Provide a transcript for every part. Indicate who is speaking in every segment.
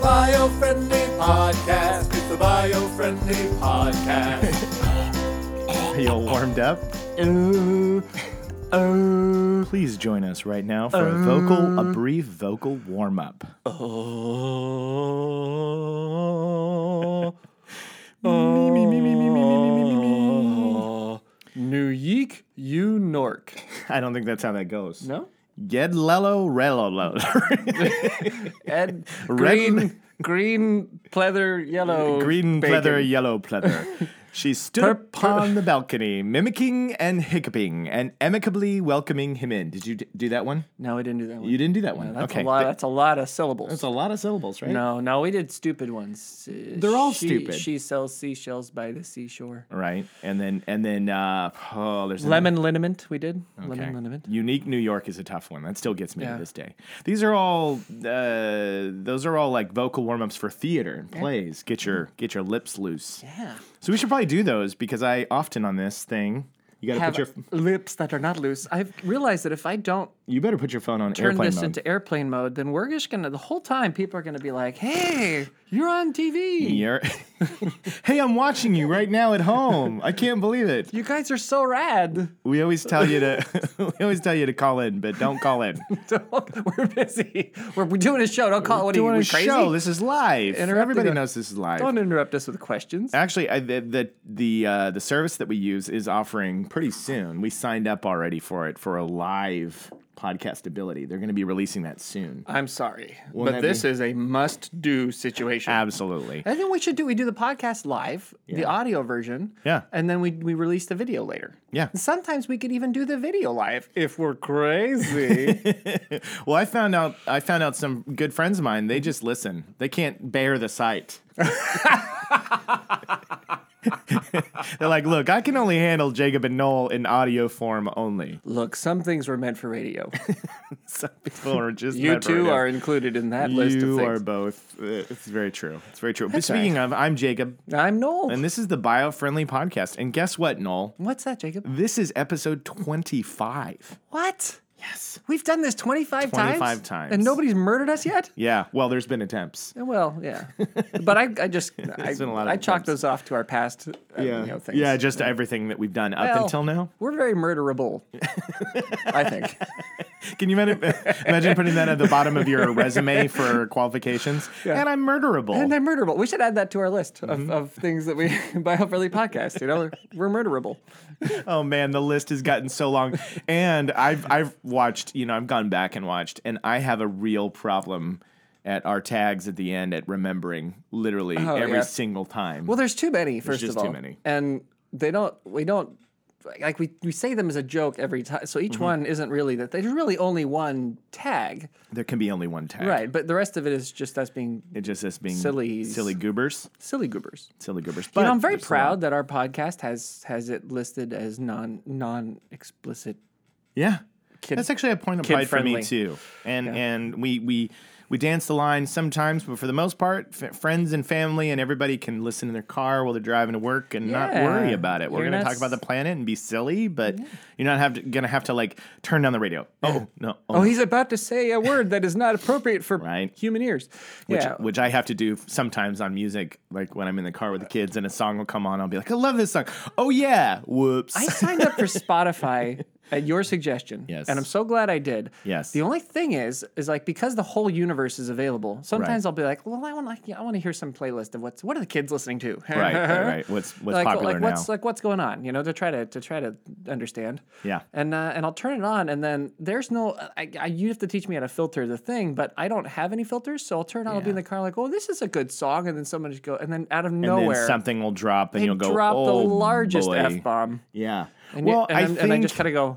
Speaker 1: bio-friendly podcast. It's the bio-friendly podcast.
Speaker 2: Are you all warmed up? Oh, oh. Please join us right now for
Speaker 3: Um,
Speaker 2: a vocal, a brief vocal warm up.
Speaker 3: Oh. New Yeek, you Nork.
Speaker 2: I don't think that's how that goes.
Speaker 3: No?
Speaker 2: Get lello, relolo.
Speaker 3: Ed,
Speaker 2: Red-
Speaker 3: green, green, pleather, yellow.
Speaker 2: Green
Speaker 3: bacon.
Speaker 2: pleather, yellow pleather. She stood
Speaker 3: Purp-
Speaker 2: upon the balcony, mimicking and hiccuping, and amicably welcoming him in. Did you d- do that one?
Speaker 3: No, I didn't do that one.
Speaker 2: You didn't do that one.
Speaker 3: That's
Speaker 2: okay,
Speaker 3: a lot.
Speaker 2: Th-
Speaker 3: that's a lot of syllables.
Speaker 2: that's a lot of syllables, right?
Speaker 3: no, no, we did stupid ones. Uh,
Speaker 2: They're all
Speaker 3: she-
Speaker 2: stupid.
Speaker 3: She sells seashells by the seashore.
Speaker 2: Right, and then and then uh, oh, there's another-
Speaker 3: Lemon liniment, we did. Lemon
Speaker 2: Okay.
Speaker 3: liniment.
Speaker 2: Unique New York is a tough one. That still gets me
Speaker 3: Yeah.
Speaker 2: to this day. These are all uh, those are all like vocal warm ups for theater and plays. Get your get your lips loose.
Speaker 3: Mm-hmm. Yeah.
Speaker 2: So we should probably do those because I often on this thing you got to
Speaker 3: Have
Speaker 2: put your
Speaker 3: lips that are not loose. I've realized that if I don't
Speaker 2: you better put your phone on
Speaker 3: turn
Speaker 2: airplane
Speaker 3: this
Speaker 2: mode.
Speaker 3: into airplane mode, then we're just gonna the whole time people are gonna be like, "Hey, you're on TV.
Speaker 2: You're- hey, I'm watching you right now at home. I can't believe it.
Speaker 3: You guys are so rad.
Speaker 2: We always tell you to we always tell you to call in, but don't call in.
Speaker 3: Don't- we're busy. We're, we're doing a show. Don't call it.
Speaker 2: Doing
Speaker 3: we
Speaker 2: a
Speaker 3: crazy?
Speaker 2: show. This is live.
Speaker 3: Interrupting
Speaker 2: Everybody
Speaker 3: a-
Speaker 2: knows this is live.
Speaker 3: Don't interrupt us with questions.
Speaker 2: Actually, I, the the the, uh, the service that we use is offering pretty soon. We signed up already for it for a live podcast ability. They're going to be releasing that soon.
Speaker 3: I'm sorry,
Speaker 2: that
Speaker 3: but this is a must-do situation.
Speaker 2: Absolutely.
Speaker 3: I think we should do we do the podcast live, the audio version.
Speaker 2: Yeah.
Speaker 3: And then we we release the video later.
Speaker 2: Yeah.
Speaker 3: And sometimes we could even do the video live if we're crazy.
Speaker 2: Well, I found out I found out some good friends of mine. They just listen. They can't bear the sight. They're like, look, I can only handle Jacob and Noel in audio form only.
Speaker 3: Look, some things were meant for radio.
Speaker 2: Some people are just
Speaker 3: You
Speaker 2: meant for
Speaker 3: two
Speaker 2: it.
Speaker 3: are included in that list of
Speaker 2: You are
Speaker 3: things.
Speaker 2: both. Uh, It's very true. It's very true. But speaking of, I'm Jacob.
Speaker 3: I'm Noel.
Speaker 2: And this is the bio friendly podcast. And guess what, Noel?
Speaker 3: What's that, Jacob?
Speaker 2: This is episode 25.
Speaker 3: What?
Speaker 2: Yes.
Speaker 3: We've done this 25,
Speaker 2: 25
Speaker 3: times?
Speaker 2: times.
Speaker 3: And nobody's murdered us yet?
Speaker 2: Yeah. Well, there's been attempts.
Speaker 3: Well, yeah. but I, I just, I,
Speaker 2: been a lot of
Speaker 3: I chalk
Speaker 2: attempts.
Speaker 3: those off to our past uh, you know, things.
Speaker 2: yeah, just everything that we've done up
Speaker 3: Well-
Speaker 2: until now.
Speaker 3: We're very murderable, I think.
Speaker 2: Can you imagine, imagine putting that at the bottom of your resume for qualifications? And I'm murderable.
Speaker 3: And they're murderable. We should add that to our list of,
Speaker 2: Mm-hmm.
Speaker 3: of things that we by Health Friendly Podcast. You know, we're murderable.
Speaker 2: oh man, the list has gotten so long. And I've I've watched, you know, I've gone back and watched, and I have a real problem at our tags at the end at remembering literally every
Speaker 3: Oh, yeah.
Speaker 2: single time.
Speaker 3: Well, there's too many. First
Speaker 2: just
Speaker 3: of all,
Speaker 2: too many.
Speaker 3: and they don't. We don't like we we say them as a joke every time. So
Speaker 2: Mm-hmm.
Speaker 3: each one isn't really that. There's really only one tag,
Speaker 2: there can be only one tag.
Speaker 3: right? But the rest of it is just us being
Speaker 2: It just us being
Speaker 3: Silly-
Speaker 2: silly goobers,
Speaker 3: silly goobers.
Speaker 2: silly goobers. But
Speaker 3: You know, I'm very
Speaker 2: there's a lot.
Speaker 3: proud that our podcast has has it listed as non non explicit.
Speaker 2: Yeah,
Speaker 3: Kid-
Speaker 2: that's actually a point of pride for me
Speaker 3: kid-friendly.
Speaker 2: too. And and we we we dance the line sometimes, but for the most part, f- friends and family and everybody can listen in their car while they're driving to work and not
Speaker 3: Yeah.
Speaker 2: worry about it. We're
Speaker 3: You're
Speaker 2: gonna
Speaker 3: not
Speaker 2: talk about the
Speaker 3: s-
Speaker 2: planet and be silly, but you're not have to, gonna have to like turn down the radio. Oh no. Oh.
Speaker 3: Oh, he's about to say a word that is not appropriate for
Speaker 2: Right.
Speaker 3: human ears.
Speaker 2: Which,
Speaker 3: yeah.
Speaker 2: which I have to do sometimes on music, like when I'm in the car with the kids and a song will come on, I'll be like, I love this song. Oh, yeah. Whoops.
Speaker 3: I signed up for Spotify at your suggestion.
Speaker 2: Yes.
Speaker 3: And I'm so glad I did.
Speaker 2: Yes.
Speaker 3: The only thing is, is like because the whole universe is available, sometimes
Speaker 2: Right.
Speaker 3: I'll be like, well, I want like I want to hear some playlist of what's what are the kids listening to?
Speaker 2: right, right, right. What's, what's
Speaker 3: like,
Speaker 2: popular
Speaker 3: like
Speaker 2: now?
Speaker 3: what's like what's going on, you know, to try to to try to understand.
Speaker 2: Yeah.
Speaker 3: And uh, and I'll turn it on and then there's no I, I you have to teach me how to filter the thing, but I don't have any filters, so I'll turn it on, I'll be in the car like, oh, this is a good song, and then someone just go and then out of
Speaker 2: and
Speaker 3: nowhere
Speaker 2: then something will drop and
Speaker 3: they
Speaker 2: you'll go,
Speaker 3: drop
Speaker 2: oh,
Speaker 3: the largest
Speaker 2: boy."
Speaker 3: F bomb.
Speaker 2: Yeah.
Speaker 3: And you-
Speaker 2: well,
Speaker 3: and
Speaker 2: I
Speaker 3: I'm-
Speaker 2: think
Speaker 3: and I just kind of go,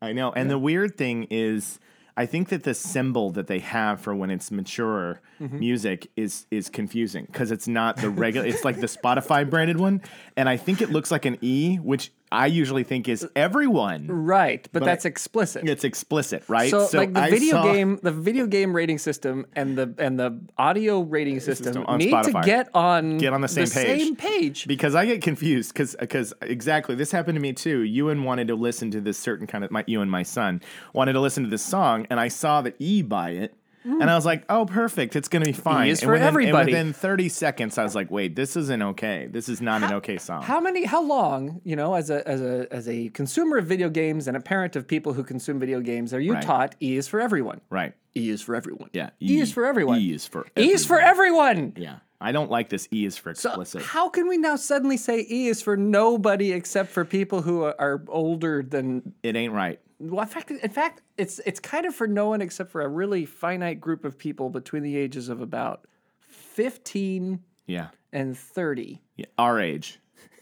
Speaker 2: I know. And the weird thing is, I think that the symbol that they have for when it's mature
Speaker 3: Mm-hmm.
Speaker 2: music is is confusing because it's not the regular. it's like the Spotify branded one, and I think it looks like an E, which I usually think is everyone.
Speaker 3: Right, but,
Speaker 2: But I-
Speaker 3: that's explicit.
Speaker 2: It's explicit, right?
Speaker 3: so, like the
Speaker 2: I
Speaker 3: video
Speaker 2: saw-
Speaker 3: game, the video game rating system and the and the audio rating system,
Speaker 2: on
Speaker 3: need
Speaker 2: Spotify.
Speaker 3: to get on
Speaker 2: Get on the same page.
Speaker 3: same page.
Speaker 2: Because I get confused because exactly this happened to me too. Ewan wanted to listen to this certain kind of my Ewan, my son wanted to listen to this song, and I saw the E by it, And I was like, oh, perfect. It's going to be fine.
Speaker 3: Mm. E is
Speaker 2: and
Speaker 3: for
Speaker 2: within, and
Speaker 3: everybody.
Speaker 2: within 30 seconds, I was like, wait, this isn't okay. This is not an okay song.
Speaker 3: How many? How long? You know, as a as a as a consumer of video games and a parent of people who consume video games, are you
Speaker 2: Right.
Speaker 3: taught E is for everyone?
Speaker 2: right.
Speaker 3: E is for everyone.
Speaker 2: Yeah.
Speaker 3: E, is for everyone.
Speaker 2: E is for
Speaker 3: E is for everyone.
Speaker 2: Yeah. I don't like this E is for
Speaker 3: So
Speaker 2: explicit.
Speaker 3: how can we now suddenly say E is for nobody except for people who are, are older than?
Speaker 2: it ain't right.
Speaker 3: Well, in fact, in fact, it's it's kind of for no one except for a really finite group of people between the ages of about fifteen
Speaker 2: Yeah.
Speaker 3: and thirty,
Speaker 2: yeah. Our age.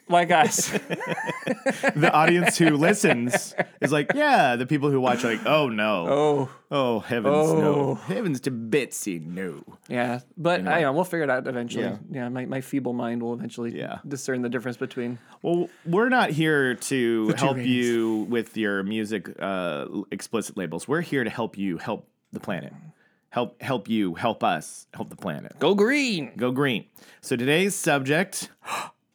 Speaker 3: like us.
Speaker 2: The audience who listens is like, yeah. The people who watch are like, oh no.
Speaker 3: oh.
Speaker 2: Oh heavens
Speaker 3: Oh.
Speaker 2: no! Heavens to Betsy no!
Speaker 3: Yeah, but I know, we'll figure it out eventually. Yeah,
Speaker 2: Yeah.
Speaker 3: my, my feeble mind will eventually
Speaker 2: Yeah.
Speaker 3: discern the difference between.
Speaker 2: Well, we're not here to help
Speaker 3: ratings.
Speaker 2: you with your music uh, l- explicit labels. We're here to help you help the planet, help help you help us help the planet.
Speaker 3: Go green!
Speaker 2: Go green. So today's subject,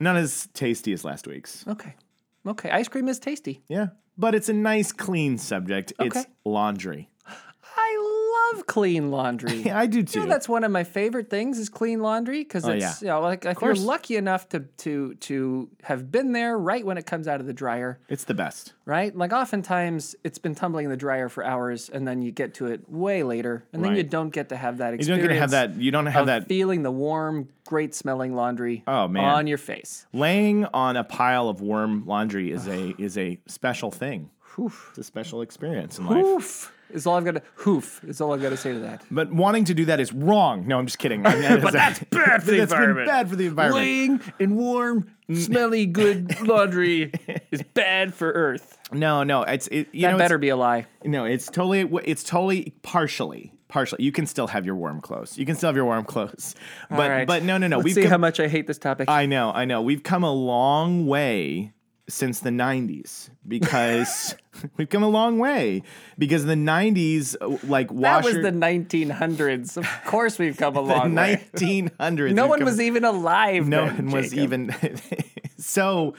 Speaker 2: not as tasty as last week's.
Speaker 3: Okay. Okay, ice cream is tasty.
Speaker 2: Yeah, but it's a nice clean subject. It's
Speaker 3: Okay.
Speaker 2: laundry.
Speaker 3: I love clean laundry.
Speaker 2: Yeah, I do
Speaker 3: You
Speaker 2: too.
Speaker 3: know, that's one of my favorite things is clean laundry because it's
Speaker 2: yeah.
Speaker 3: you know like if you're
Speaker 2: course.
Speaker 3: lucky enough to to to have been there right when it comes out of the dryer,
Speaker 2: it's the best.
Speaker 3: right? Like oftentimes it's been tumbling in the dryer for hours and then you get to it way later and then you
Speaker 2: Right.
Speaker 3: don't get to have that
Speaker 2: You
Speaker 3: experience.
Speaker 2: don't get to have that. You don't have
Speaker 3: of
Speaker 2: that
Speaker 3: feeling the warm, great smelling laundry
Speaker 2: Oh, man.
Speaker 3: on your face.
Speaker 2: Laying on a pile of worm laundry is a is a special thing. It's a special experience in life.
Speaker 3: Hoof is all I've got to hoof is all I've got to say to that.
Speaker 2: But wanting to do that is wrong. No, I'm just kidding. but that's bad for the
Speaker 3: environment.
Speaker 2: Bad for the environment. Mm.
Speaker 3: Laying in warm, smelly, good laundry is bad for Earth.
Speaker 2: No, no, it's it, you
Speaker 3: That
Speaker 2: know,
Speaker 3: better be a lie.
Speaker 2: It's, no, it's totally it's totally partially partially. You can still have your warm clothes. You can still have your warm clothes. But
Speaker 3: all right.
Speaker 2: but no no no.
Speaker 3: Let's
Speaker 2: we've
Speaker 3: see
Speaker 2: come,
Speaker 3: how much I hate this topic.
Speaker 2: I know I know. We've come a long way since the 90s because we've come a long way because in the 90s like
Speaker 3: that
Speaker 2: washer
Speaker 3: was the 1900s. Of course, we've come a long way.
Speaker 2: 1900s.
Speaker 3: No
Speaker 2: We've
Speaker 3: one
Speaker 2: come-
Speaker 3: was even alive.
Speaker 2: No
Speaker 3: then,
Speaker 2: one was
Speaker 3: Jacob.
Speaker 2: even. so,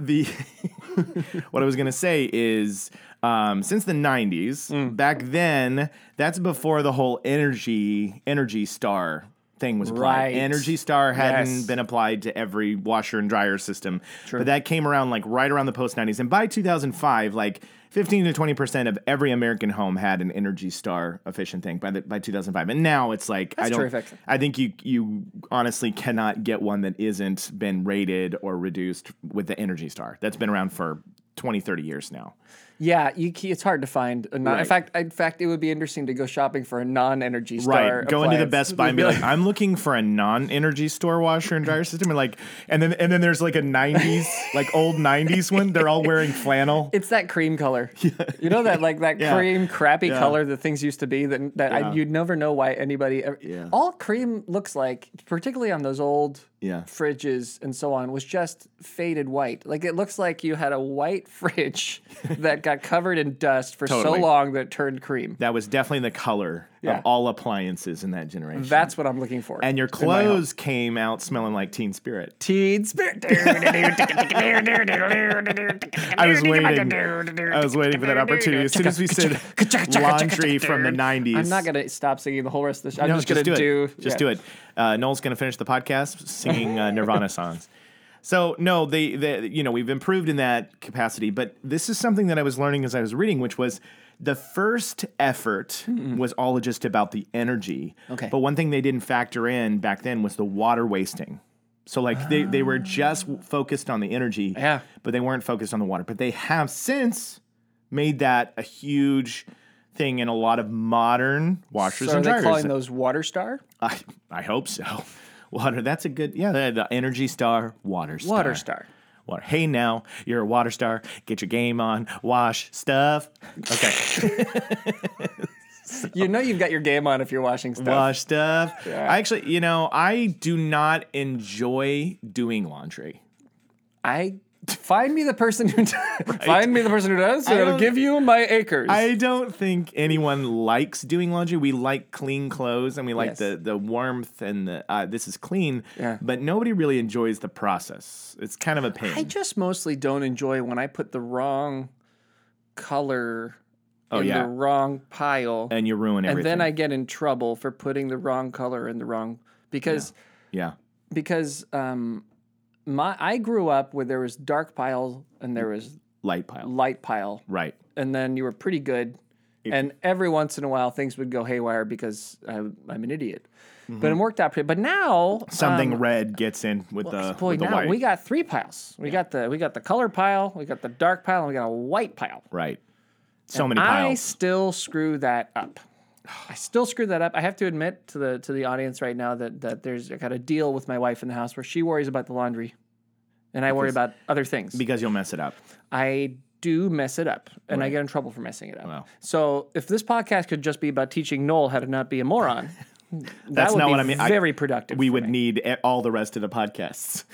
Speaker 2: the what I was gonna say is, um, since the '90s,
Speaker 3: Mm.
Speaker 2: back then, that's before the whole energy energy star thing was applied.
Speaker 3: Right.
Speaker 2: Energy Star hadn't
Speaker 3: Yes.
Speaker 2: been applied to every washer and dryer system, but that came around like right around the post '90s, and by 2005, like. 15 to 20 percent of every American home had an Energy Star efficient thing by the, by 2005, and now it's like I
Speaker 3: That's
Speaker 2: don't.
Speaker 3: terrific.
Speaker 2: I think you you honestly cannot get one that isn't been rated or reduced with the Energy Star. That's been around for 20, 30 years now.
Speaker 3: Yeah, you, ca- it's hard to find. A non, In
Speaker 2: Right.
Speaker 3: fact, in fact, it would be interesting to go shopping for a non-energy star.
Speaker 2: right. Go into the
Speaker 3: appliance.
Speaker 2: Best Buy and be like, I'm looking for a non-energy store washer and dryer system, and like, and then and then there's like a 90s, like old 90s one. They're all wearing flannel.
Speaker 3: It's that cream color. You know that like that
Speaker 2: Yeah.
Speaker 3: cream crappy
Speaker 2: Yeah.
Speaker 3: color that things used to be that that I,
Speaker 2: Yeah.
Speaker 3: you'd never know why anybody ever,
Speaker 2: Yeah.
Speaker 3: all cream looks like particularly on those old
Speaker 2: Yeah.
Speaker 3: fridges and so on was just faded white. Like it looks like you had a white fridge that got covered in dust for
Speaker 2: Totally.
Speaker 3: so long that it turned cream.
Speaker 2: that was definitely the color
Speaker 3: Yeah.
Speaker 2: of all appliances in that generation.
Speaker 3: That's what I'm looking for.
Speaker 2: and your
Speaker 3: in my home.
Speaker 2: clothes came out smelling like Teen Spirit.
Speaker 3: Teen Spirit.
Speaker 2: I was waiting. I was waiting for that opportunity. As soon as we said laundry from the 90s.
Speaker 3: I'm not gonna stop singing the whole rest of the show. I'm
Speaker 2: No,
Speaker 3: just gonna do,
Speaker 2: it. Just
Speaker 3: yeah.
Speaker 2: do it. Uh, Noel's going to finish the podcast singing uh, Nirvana songs. So no, they, they, you know, we've improved in that capacity, but this is something that I was learning as I was reading, which was the first effort was all just about the energy.
Speaker 3: Okay.
Speaker 2: But one thing they didn't factor in back then was the water wasting. So like they, they were just focused on the energy,
Speaker 3: Ah. Yeah.
Speaker 2: but they weren't focused on the water. But they have since made that a huge thing in a lot of modern washers
Speaker 3: So are
Speaker 2: and
Speaker 3: they
Speaker 2: dryers.
Speaker 3: calling those Water Star?
Speaker 2: I, I hope so. Water, that's a good, yeah, the, the Energy Star, Water Star.
Speaker 3: Water Star.
Speaker 2: Water. Hey, now, you're a Water Star. Get your game on. Wash stuff. Okay.
Speaker 3: You know you've got your game on if you're watching stuff.
Speaker 2: Wash stuff. I actually, you know, I do not enjoy doing laundry.
Speaker 3: I find me the person who does, find me the person who does. And I'll
Speaker 2: don't-
Speaker 3: give you my acres.
Speaker 2: I don't think anyone likes doing laundry. We like clean clothes and we like
Speaker 3: Yes.
Speaker 2: the, the warmth and the, uh, this is clean,
Speaker 3: Yeah.
Speaker 2: but nobody really enjoys the process. It's kind of a pain.
Speaker 3: I just mostly don't enjoy when I put the wrong color
Speaker 2: Oh,
Speaker 3: in
Speaker 2: yeah.
Speaker 3: the wrong pile,
Speaker 2: and you ruin
Speaker 3: and
Speaker 2: everything.
Speaker 3: then I get in trouble for putting the wrong color in the wrong because
Speaker 2: yeah,
Speaker 3: because um my I grew up where there was dark pile and there was
Speaker 2: light pile.
Speaker 3: light pile
Speaker 2: Right.
Speaker 3: and then you were pretty good. and every once in a while, things would go haywire because I'm, I'm an idiot. But it worked out pretty. But now
Speaker 2: Mm-hmm. Something
Speaker 3: um,
Speaker 2: red gets in with the
Speaker 3: boy,
Speaker 2: with the
Speaker 3: now
Speaker 2: white.
Speaker 3: we got three piles. We got the we got the color pile, we got the dark pile, and we got a white pile.
Speaker 2: right. So many
Speaker 3: I
Speaker 2: piles.
Speaker 3: still screw that up. I still screw that up. I have to admit to the to the audience right now that that there's I got a deal with my wife in the house where she worries about the laundry, and I worry about other things.
Speaker 2: Because you'll mess it up.
Speaker 3: I do mess it up, and I get in trouble for messing it up.
Speaker 2: Wow.
Speaker 3: So if this podcast could just be about teaching Noel how to not be a moron, that
Speaker 2: That's
Speaker 3: would
Speaker 2: not
Speaker 3: be
Speaker 2: what I mean. I-
Speaker 3: Very productive.
Speaker 2: We
Speaker 3: for
Speaker 2: would
Speaker 3: me.
Speaker 2: need e- all the rest of the podcasts.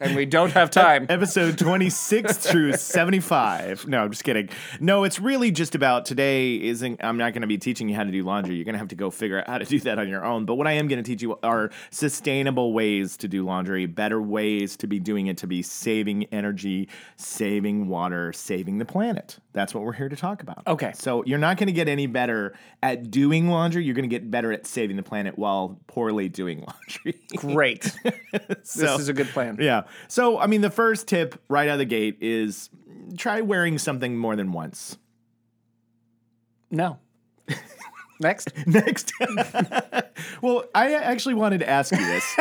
Speaker 3: and we don't have time.
Speaker 2: episode 26 through 75 no i'm just kidding no it's really just about today isn't i'm not going to be teaching you how to do laundry you're going to have to go figure out how to do that on your own but what i am going to teach you are sustainable ways to do laundry better ways to be doing it to be saving energy saving water saving the planet that's what we're here to talk about
Speaker 3: Okay.
Speaker 2: so you're not going to get any better at doing laundry you're going to get better at saving the planet while poorly doing laundry
Speaker 3: Great.
Speaker 2: So-
Speaker 3: this is a good plan.
Speaker 2: yeah. So, I mean, the first tip right out of the gate is try wearing something more than once.
Speaker 3: No. Next.
Speaker 2: Next. well, I actually wanted to ask you this.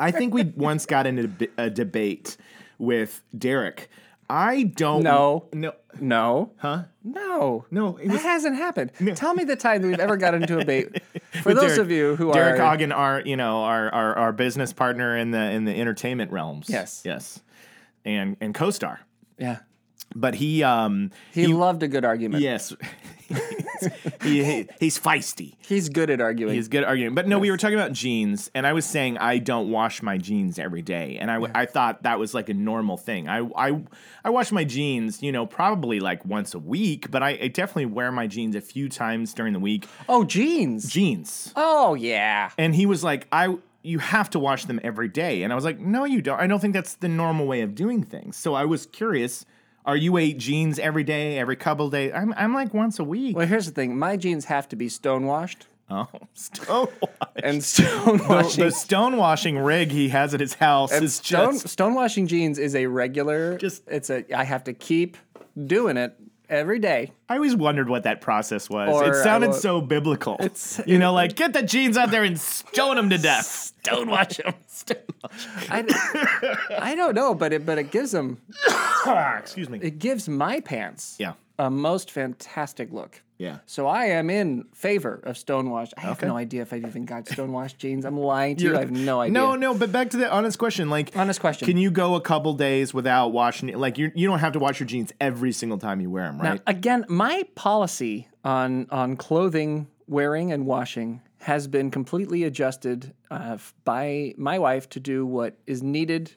Speaker 2: I think we once got into a bi- a debate with Derek. I don't
Speaker 3: No.
Speaker 2: No.
Speaker 3: No.
Speaker 2: Huh?
Speaker 3: No.
Speaker 2: No, it
Speaker 3: That
Speaker 2: was-
Speaker 3: hasn't happened. Tell me the time that we've ever got into a bait. For
Speaker 2: With
Speaker 3: those
Speaker 2: Derek-
Speaker 3: of you who
Speaker 2: Derek
Speaker 3: are
Speaker 2: Ogden, our you know our, our our business partner in the in the entertainment realms.
Speaker 3: Yes.
Speaker 2: Yes. And and co-star.
Speaker 3: Yeah.
Speaker 2: But he um
Speaker 3: He, loved a good argument.
Speaker 2: yes. he, he, he's feisty.
Speaker 3: He's good at arguing.
Speaker 2: He's good arguing. But no, we were talking about jeans, and I was saying I don't wash my jeans every day, and I, w- I thought that was like a normal thing. I, I I wash my jeans, you know, probably like once a week, but I, I definitely wear my jeans a few times during the week.
Speaker 3: oh, jeans.
Speaker 2: Jeans,
Speaker 3: oh yeah.
Speaker 2: and he was like, I you have to wash them every day, and I was like, no, you don't. I don't think that's the normal way of doing things. So I was curious. Are you a jeans every day, every couple days? I'm, I'm like once a week.
Speaker 3: Well, here's the thing. My jeans have to be stonewashed.
Speaker 2: Oh, stonewashing.
Speaker 3: And
Speaker 2: Well, the
Speaker 3: stonewashing
Speaker 2: stonewashing rig he has at his house
Speaker 3: and
Speaker 2: is
Speaker 3: stone,
Speaker 2: just
Speaker 3: stonewashing jeans is a regular
Speaker 2: Just-
Speaker 3: it's a I have to keep doing it every day.
Speaker 2: I always wondered what that process was.
Speaker 3: Or uh,
Speaker 2: it
Speaker 3: I
Speaker 2: sounded
Speaker 3: will-
Speaker 2: so biblical. you know, like get the jeans out there and stone them to death.
Speaker 3: Stonewash them. I, I don't know, but it but it gives them Ah,
Speaker 2: Excuse me.
Speaker 3: it gives my pants
Speaker 2: Yeah.
Speaker 3: a most fantastic look.
Speaker 2: Yeah.
Speaker 3: So I am in favor of stonewash. I have
Speaker 2: Okay.
Speaker 3: no idea if I've even got stonewashed jeans. I'm lying to you. I have no idea.
Speaker 2: No, no, but back to the honest question. Like
Speaker 3: Honest question.
Speaker 2: Can you go a couple days without washing it? Like you you don't have to wash your jeans every single time you wear them,
Speaker 3: Now,
Speaker 2: right?
Speaker 3: again, my policy on on clothing wearing and washing has been completely adjusted uh, f- by my wife to do what is needed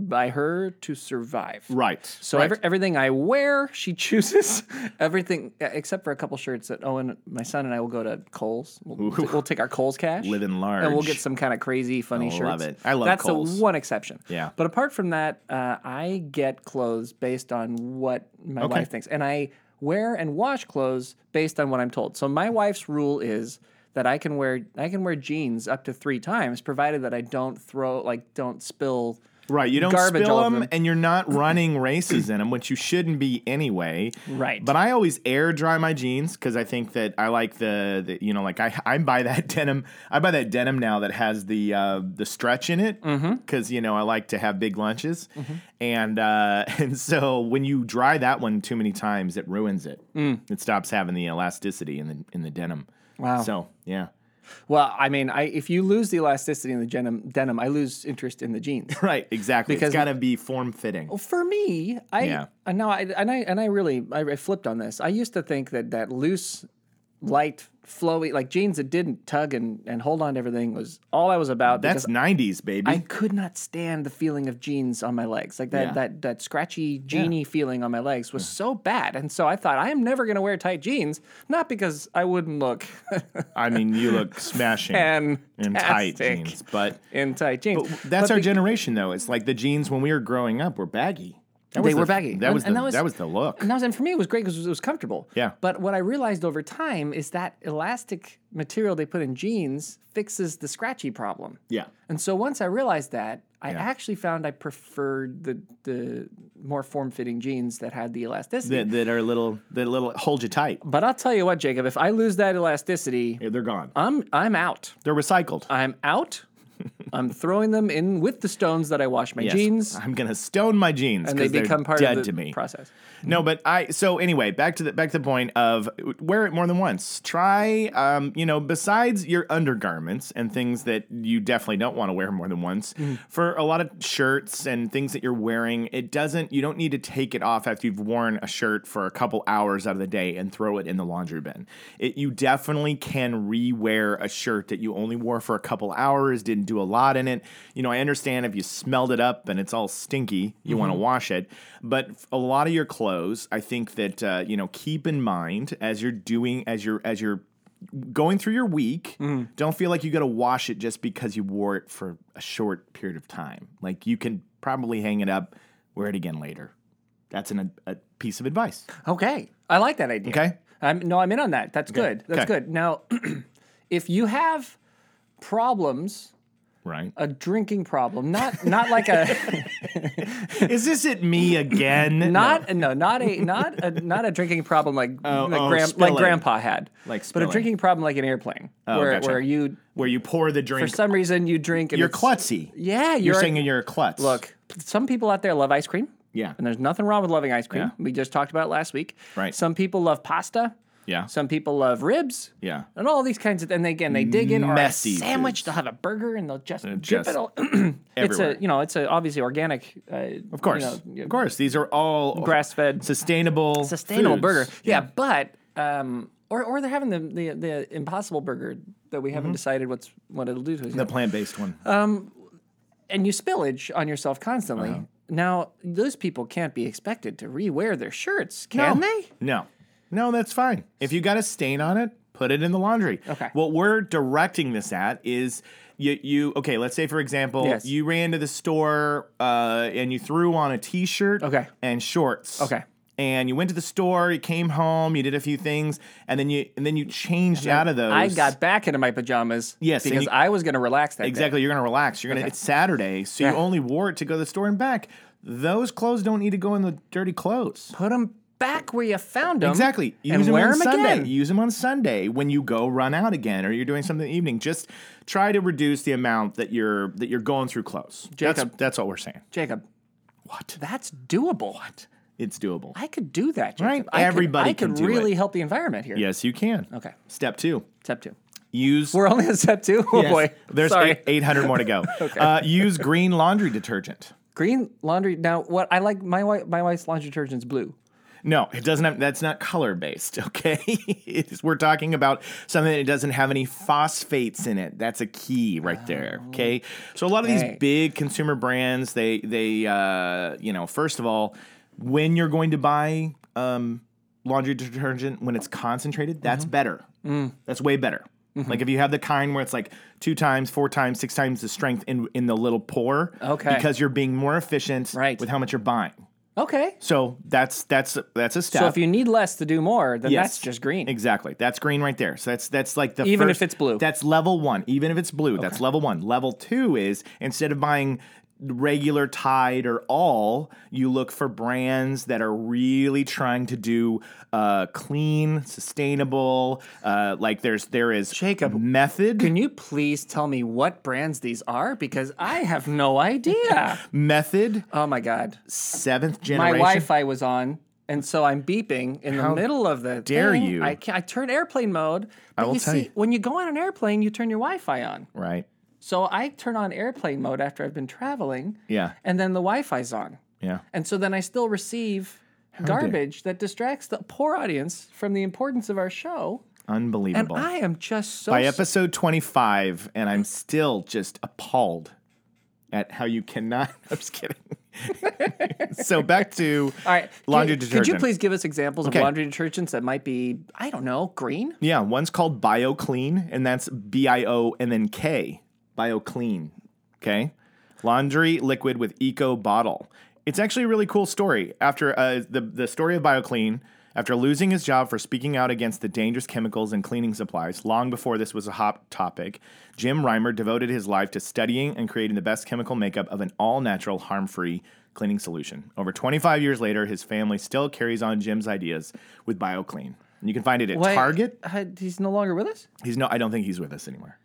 Speaker 3: by her to survive.
Speaker 2: right.
Speaker 3: So every, everything I wear, she chooses everything uh, except for a couple shirts that Owen, my son, and I will go to Kohl's. We'll, t- we'll take our Kohl's cash,
Speaker 2: Living large.
Speaker 3: and we'll get some kind of crazy, funny shirts.
Speaker 2: love it. I love
Speaker 3: that's
Speaker 2: Kohl's.
Speaker 3: the one exception.
Speaker 2: Yeah.
Speaker 3: But apart from that, uh, I get clothes based on what my wife thinks, and I wear and wash clothes based on what I'm told. So my wife's rule is that I can wear I can wear jeans up to three times, provided that I don't throw like don't spill.
Speaker 2: Right, you don't
Speaker 3: garbage
Speaker 2: spill
Speaker 3: all of
Speaker 2: them,
Speaker 3: them.
Speaker 2: and you're not running races in them, which you shouldn't be anyway.
Speaker 3: Right.
Speaker 2: But I always air dry my jeans because I think that I like the, the you know, like I I buy that denim. I buy that denim now that has the uh, the stretch in it because
Speaker 3: Mm-hmm.
Speaker 2: you know I like to have big lunches, and uh, and so when you dry that one too many times, it ruins it.
Speaker 3: Mm.
Speaker 2: It stops having the elasticity in the in the denim.
Speaker 3: Wow.
Speaker 2: So yeah.
Speaker 3: Well, I mean, I if you lose the elasticity in the denim, denim I lose interest in the jeans.
Speaker 2: Right, exactly.
Speaker 3: Because- Oh,
Speaker 2: it's got to be form fitting.
Speaker 3: For me, I
Speaker 2: Yeah.
Speaker 3: I know, I, and I and I really I, I flipped on this. I used to think that that loose, light, flowy, like jeans that didn't tug and and hold on to everything was all I was about.
Speaker 2: That's
Speaker 3: because
Speaker 2: '90s, baby.
Speaker 3: I could not stand the feeling of jeans on my legs, like that
Speaker 2: Yeah.
Speaker 3: that that scratchy jeany feeling on my legs was so bad, and so I thought I am never going to wear tight jeans, not because I wouldn't look
Speaker 2: I mean, you look smashing
Speaker 3: and
Speaker 2: in tight
Speaker 3: tastic
Speaker 2: jeans, but
Speaker 3: in tight jeans.
Speaker 2: that's our generation though. It's like the jeans when we were growing up were baggy. That
Speaker 3: they
Speaker 2: was
Speaker 3: were
Speaker 2: the-
Speaker 3: baggy.
Speaker 2: That was the, that was the look.
Speaker 3: And that was and for me it was great because it was comfortable.
Speaker 2: Yeah.
Speaker 3: But what I realized over time is that elastic material they put in jeans fixes the scratchy problem.
Speaker 2: yeah.
Speaker 3: And so once I realized that, I
Speaker 2: Yeah.
Speaker 3: actually found I preferred the the more form fitting jeans that had the elasticity.
Speaker 2: That, that are little that little hold you tight.
Speaker 3: but I'll tell you what, Jacob, if I lose that elasticity,
Speaker 2: Yeah, They're gone.
Speaker 3: I'm I'm out.
Speaker 2: They're recycled.
Speaker 3: I'm out. I'm throwing them in with the stones that I wash my jeans,
Speaker 2: I'm gonna stone my jeans
Speaker 3: and they
Speaker 2: because they
Speaker 3: become part
Speaker 2: dead
Speaker 3: of the
Speaker 2: to me.
Speaker 3: process.
Speaker 2: No, but I. So anyway, back to the back to the point of wear it more than once. Try, um, you know, besides your undergarments and things that you definitely don't want to wear more than once. For a lot of shirts and things that you're wearing, it doesn't. You don't need to take it off after you've worn a shirt for a couple hours out of the day and throw it in the laundry bin. It, you definitely can rewear a shirt that you only wore for a couple hours, didn't do a lot in it. You know, I understand if you smelled it up and it's all stinky, you want to wash it. But f- a lot of your clothes, I think that uh, you know, keep in mind as you're doing as you're as you're going through your week. Don't feel like you got to wash it just because you wore it for a short period of time. Like you can probably hang it up, wear it again later. That's an, a piece of advice.
Speaker 3: Okay, I like that idea.
Speaker 2: Okay.
Speaker 3: I'm, no, I'm in on that. That's good. That's
Speaker 2: Okay.
Speaker 3: good. Now, if you have problems,
Speaker 2: Right.
Speaker 3: a drinking problem, not not like a
Speaker 2: Is this it me again?
Speaker 3: not no not a not a not a drinking problem like like,
Speaker 2: oh,
Speaker 3: gran- like
Speaker 2: spilling.
Speaker 3: grandpa had,
Speaker 2: Like
Speaker 3: but a
Speaker 2: spilling. Oh,
Speaker 3: drinking problem like an airplane where
Speaker 2: gotcha.
Speaker 3: where you
Speaker 2: where you pour the drink.
Speaker 3: for some reason you drink and
Speaker 2: you're
Speaker 3: it's-
Speaker 2: klutzy.
Speaker 3: Yeah,
Speaker 2: You're,
Speaker 3: you're
Speaker 2: saying you're a klutz.
Speaker 3: Look, some people out there love ice cream.
Speaker 2: Yeah.
Speaker 3: And there's nothing wrong with loving ice cream.
Speaker 2: Yeah.
Speaker 3: We just talked about it last week.
Speaker 2: Right.
Speaker 3: Some people love pasta.
Speaker 2: Yeah.
Speaker 3: Some people love ribs.
Speaker 2: Yeah.
Speaker 3: And all these kinds of and they, again they dig in or a
Speaker 2: Messy
Speaker 3: sandwich.
Speaker 2: foods.
Speaker 3: They'll have a burger and they'll just dip
Speaker 2: just
Speaker 3: it all. it's
Speaker 2: everywhere.
Speaker 3: a you know it's a obviously organic. Uh,
Speaker 2: Of course. of course. These are all
Speaker 3: Grass fed.
Speaker 2: sustainable
Speaker 3: Sustainable
Speaker 2: foods.
Speaker 3: burger. Yeah, but um, or or they're having the, the the impossible burger that we
Speaker 2: Mm-hmm.
Speaker 3: haven't decided what's what it'll do to us. yet.
Speaker 2: The plant based one.
Speaker 3: and you spillage on yourself constantly. Now, those people can't be expected to rewear their shirts, can they?
Speaker 2: No. No, that's fine. If you got a stain on it, put it in the laundry.
Speaker 3: Okay.
Speaker 2: What we're directing this at is you, you okay, let's say for example,
Speaker 3: Yes.
Speaker 2: you ran to the store uh, and you threw on a t shirt
Speaker 3: Okay.
Speaker 2: and shorts.
Speaker 3: Okay.
Speaker 2: And you went to the store, you came home, you did a few things, and then you and then you changed out of those.
Speaker 3: I got back into my pajamas
Speaker 2: Yes, and
Speaker 3: because
Speaker 2: you-
Speaker 3: I was going to relax that day.
Speaker 2: Exactly. You're gonna relax. You're gonna. It's Saturday, so you
Speaker 3: Yeah.
Speaker 2: only wore it to go to the store and back. Those clothes don't need to go in the dirty clothes.
Speaker 3: Put them back where you found them.
Speaker 2: Exactly. Use
Speaker 3: and
Speaker 2: them
Speaker 3: wear
Speaker 2: on
Speaker 3: 'em
Speaker 2: Sunday.
Speaker 3: again.
Speaker 2: Use them on Sunday when you go run out again, or you're doing something in the evening. Just try to reduce the amount that you're that you're going through clothes.
Speaker 3: Jacob.
Speaker 2: That's, that's what we're saying.
Speaker 3: Jacob,
Speaker 2: What?
Speaker 3: that's doable. What?
Speaker 2: It's doable.
Speaker 3: I could do that, Jacob.
Speaker 2: Right?
Speaker 3: I could-
Speaker 2: Everybody
Speaker 3: I could
Speaker 2: can do
Speaker 3: really
Speaker 2: it.
Speaker 3: help the environment here.
Speaker 2: Yes, you can.
Speaker 3: Okay.
Speaker 2: Step two.
Speaker 3: Step two.
Speaker 2: Use.
Speaker 3: We're only on step two. Oh
Speaker 2: Yes.
Speaker 3: boy.
Speaker 2: There's
Speaker 3: Sorry.
Speaker 2: eight hundred more to go. uh, use green laundry detergent.
Speaker 3: Green laundry. Now, what I like my wife, my wife's laundry detergent's blue.
Speaker 2: No, it doesn't have that's not color based, okay? It's- we're talking about something that doesn't have any phosphates in it. That's a key right there, okay? So a lot of
Speaker 3: Oh, Okay.
Speaker 2: these big consumer brands, they they uh, you know, first of all, when you're going to buy um laundry detergent when it's concentrated, that's
Speaker 3: Mm-hmm.
Speaker 2: better.
Speaker 3: Mm.
Speaker 2: That's way better. Like if you have the kind where it's like two times, four times, six times the strength in in the little pour,
Speaker 3: Okay.
Speaker 2: because you're being more efficient
Speaker 3: Right.
Speaker 2: with how much you're buying.
Speaker 3: Okay.
Speaker 2: So that's that's that's a step.
Speaker 3: So if you need less to do more, then
Speaker 2: Yes.
Speaker 3: that's just green.
Speaker 2: Exactly. That's green right there. So that's that's like the
Speaker 3: Even
Speaker 2: first-
Speaker 3: if it's blue.
Speaker 2: That's level one. Even if it's blue, that's level one. Level two is instead of buying regular Tide or all, you look for brands that are really trying to do uh, clean, sustainable. Uh, like there's there is
Speaker 3: Jacob,
Speaker 2: method.
Speaker 3: Can you please tell me what brands these are? Because I have no idea.
Speaker 2: method
Speaker 3: oh my God.
Speaker 2: seventh
Speaker 3: My
Speaker 2: generation.
Speaker 3: Wi Fi was on, and so I'm beeping in the middle of the.
Speaker 2: dare
Speaker 3: thing.
Speaker 2: you.
Speaker 3: I, can't, I turn airplane mode. But
Speaker 2: will
Speaker 3: you
Speaker 2: tell
Speaker 3: see,
Speaker 2: you.
Speaker 3: when you go on an airplane, you turn your Wi Fi on.
Speaker 2: Right.
Speaker 3: So I turn on airplane mode after I've been traveling,
Speaker 2: Yeah.
Speaker 3: and then the Wi Fi's on.
Speaker 2: Yeah.
Speaker 3: And so then I still receive garbage that distracts the poor audience from the importance of our show. And
Speaker 2: Unbelievable.
Speaker 3: I am just so
Speaker 2: by episode 25 and i'm still just appalled at how you cannot i'm just kidding so back to
Speaker 3: All right. Can-
Speaker 2: laundry
Speaker 3: Could you
Speaker 2: detergent.
Speaker 3: please give us examples
Speaker 2: Okay.
Speaker 3: of laundry detergents that might be, I don't know, green?
Speaker 2: yeah one's called bioclean and that's b-i-o and then k bioclean okay laundry liquid with eco bottle It's actually a really cool story. After uh, the the story of BioClean, after losing his job for speaking out against the dangerous chemicals in cleaning supplies, long before this was a hot topic, Jim Reimer devoted his life to studying and creating the best chemical makeup of an all natural, harm free cleaning solution. Over 25 years later, his family still carries on Jim's ideas with BioClean. And you can find it at
Speaker 3: Wait,
Speaker 2: Target.
Speaker 3: uh, he's no longer with us.
Speaker 2: He's no, I don't think he's with us anymore.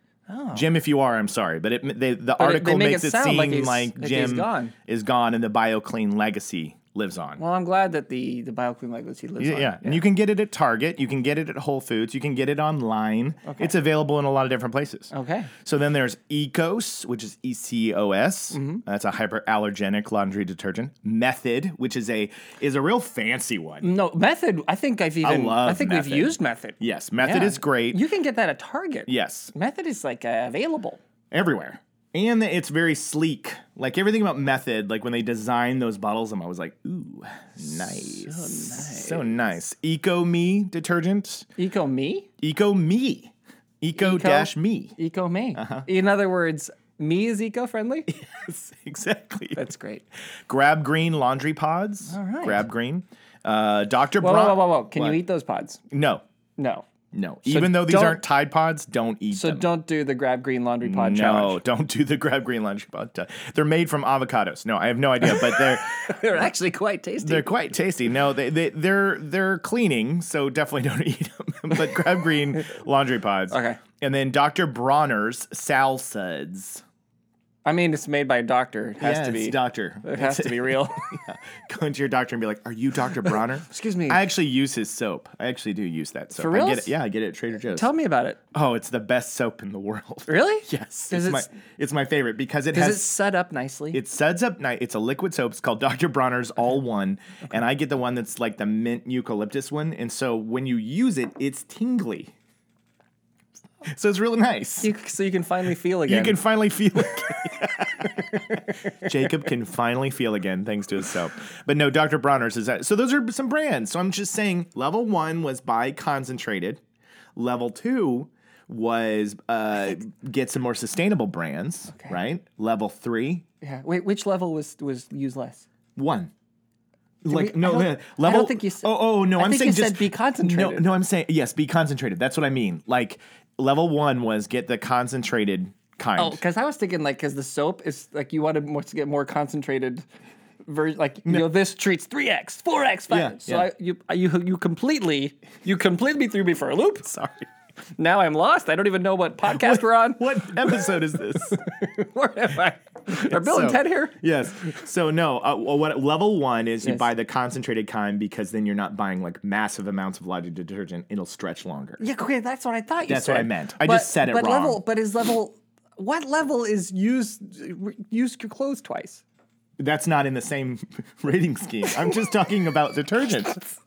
Speaker 2: Jim, if you are, I'm sorry, but it, they, the
Speaker 3: they
Speaker 2: article
Speaker 3: make
Speaker 2: makes
Speaker 3: Oh. it
Speaker 2: it,
Speaker 3: sound
Speaker 2: seem
Speaker 3: like
Speaker 2: like,
Speaker 3: he's- like he's
Speaker 2: Jim
Speaker 3: gone.
Speaker 2: is gone, and the BioClean legacy lives on.
Speaker 3: Well, I'm glad that the the BioClean legacy lives
Speaker 2: Yeah,
Speaker 3: on.
Speaker 2: yeah. And you can get it at Target, you can get it at Whole Foods, you can get it online. It's available in a lot of different places.
Speaker 3: Okay.
Speaker 2: So then there's Ecos, which is E C O S.
Speaker 3: Mm-hmm.
Speaker 2: That's a hyperallergenic laundry detergent. Method, which is a is a real fancy one.
Speaker 3: No method. I think I've even. I,
Speaker 2: love
Speaker 3: think
Speaker 2: Method.
Speaker 3: we've used method.
Speaker 2: Yes, Method
Speaker 3: Yeah.
Speaker 2: is great.
Speaker 3: You can get that at Target.
Speaker 2: yes,
Speaker 3: Method is like uh, available.
Speaker 2: everywhere. And that it's very sleek. Like everything about Method, like when they designed those bottles, I'm always like, ooh, nice. So nice. So nice. Eco Me detergent.
Speaker 3: Eco me.
Speaker 2: Eco Me. Eco dash me.
Speaker 3: Eco me.
Speaker 2: Uh-huh.
Speaker 3: In other words, me is eco friendly.
Speaker 2: exactly.
Speaker 3: That's great.
Speaker 2: Grab green laundry pods. All
Speaker 3: right.
Speaker 2: Grab green. Uh, Dr.
Speaker 3: Whoa,
Speaker 2: Bron-
Speaker 3: whoa, whoa, whoa! Can
Speaker 2: What?
Speaker 3: you eat those pods?
Speaker 2: No,
Speaker 3: No.
Speaker 2: no. Even though these
Speaker 3: don't-
Speaker 2: aren't Tide Pods, don't eat
Speaker 3: So
Speaker 2: them.
Speaker 3: don't do the grab green laundry pod
Speaker 2: no,
Speaker 3: challenge.
Speaker 2: don't do the grab green laundry pod. Ti- They're made from avocados. No, I have no idea, but they're
Speaker 3: They're actually quite tasty.
Speaker 2: they're quite tasty. No, they they they're they're cleaning, so definitely don't eat them. but grab green laundry pods.
Speaker 3: Okay.
Speaker 2: And then Dr. Bronner's salsas.
Speaker 3: I mean, it's made by a doctor. It has
Speaker 2: Yes,
Speaker 3: to be.
Speaker 2: doctor.
Speaker 3: It has to be real.
Speaker 2: Go into your doctor and be like, "Are you Dr. Bronner?"
Speaker 3: Excuse me.
Speaker 2: I actually use his soap. I actually do use that soap.
Speaker 3: For
Speaker 2: I
Speaker 3: reals?
Speaker 2: get it. Yeah, I get it at Trader Joe's.
Speaker 3: Tell me about it.
Speaker 2: oh, it's the best soap in the world.
Speaker 3: Really?
Speaker 2: Yes.
Speaker 3: Does
Speaker 2: it's,
Speaker 3: it
Speaker 2: my
Speaker 3: s-
Speaker 2: it's my favorite because it
Speaker 3: Does
Speaker 2: has
Speaker 3: it set up nicely?
Speaker 2: it suds up night. It's a liquid soap. It's called Dr. Bronner's All One, and I get the one that's like the mint eucalyptus one. And so when you use it, it's tingly. So it's really nice.
Speaker 3: You- so you can finally feel again.
Speaker 2: You can finally feel again. Jacob can finally feel again thanks to his soap. But no, Dr. Bronner's is that. So those are some brands. So I'm just saying level one was buy concentrated. Level two was uh, get some more sustainable brands, right? Level three,
Speaker 3: Yeah. Wait, which level was was used less?
Speaker 2: one. Like
Speaker 3: we-
Speaker 2: no
Speaker 3: I don't-
Speaker 2: uh,
Speaker 3: I
Speaker 2: level.
Speaker 3: don't think you said-
Speaker 2: Oh, oh no!
Speaker 3: I
Speaker 2: I'm
Speaker 3: think
Speaker 2: saying
Speaker 3: you
Speaker 2: just
Speaker 3: said be concentrated.
Speaker 2: No, no, I'm saying yes. Be concentrated. That's what I mean. Like level one was get the concentrated kind.
Speaker 3: Oh, because I was thinking like because the soap is like you want to more, to get more concentrated. Ver- like you know, this treats three x, four x, five.
Speaker 2: Yeah,
Speaker 3: so
Speaker 2: yeah.
Speaker 3: I, you I- you you completely you completely threw me for a loop.
Speaker 2: Sorry.
Speaker 3: Now I'm lost. I don't even know what podcast we're on.
Speaker 2: What episode is this?
Speaker 3: Where am I? Are Bill and
Speaker 2: So-
Speaker 3: Ted here?
Speaker 2: yes. So no, uh, well, what level one is you
Speaker 3: Yes.
Speaker 2: buy the concentrated kind because then you're not buying like massive amounts of laundry detergent. It'll stretch longer.
Speaker 3: Yeah, okay, that's what I thought you
Speaker 2: That's
Speaker 3: said.
Speaker 2: what I meant. I just said it
Speaker 3: but
Speaker 2: wrong.
Speaker 3: Level, but is level what level is use use your clothes twice?
Speaker 2: That's not in the same rating scheme. I'm just talking about detergents.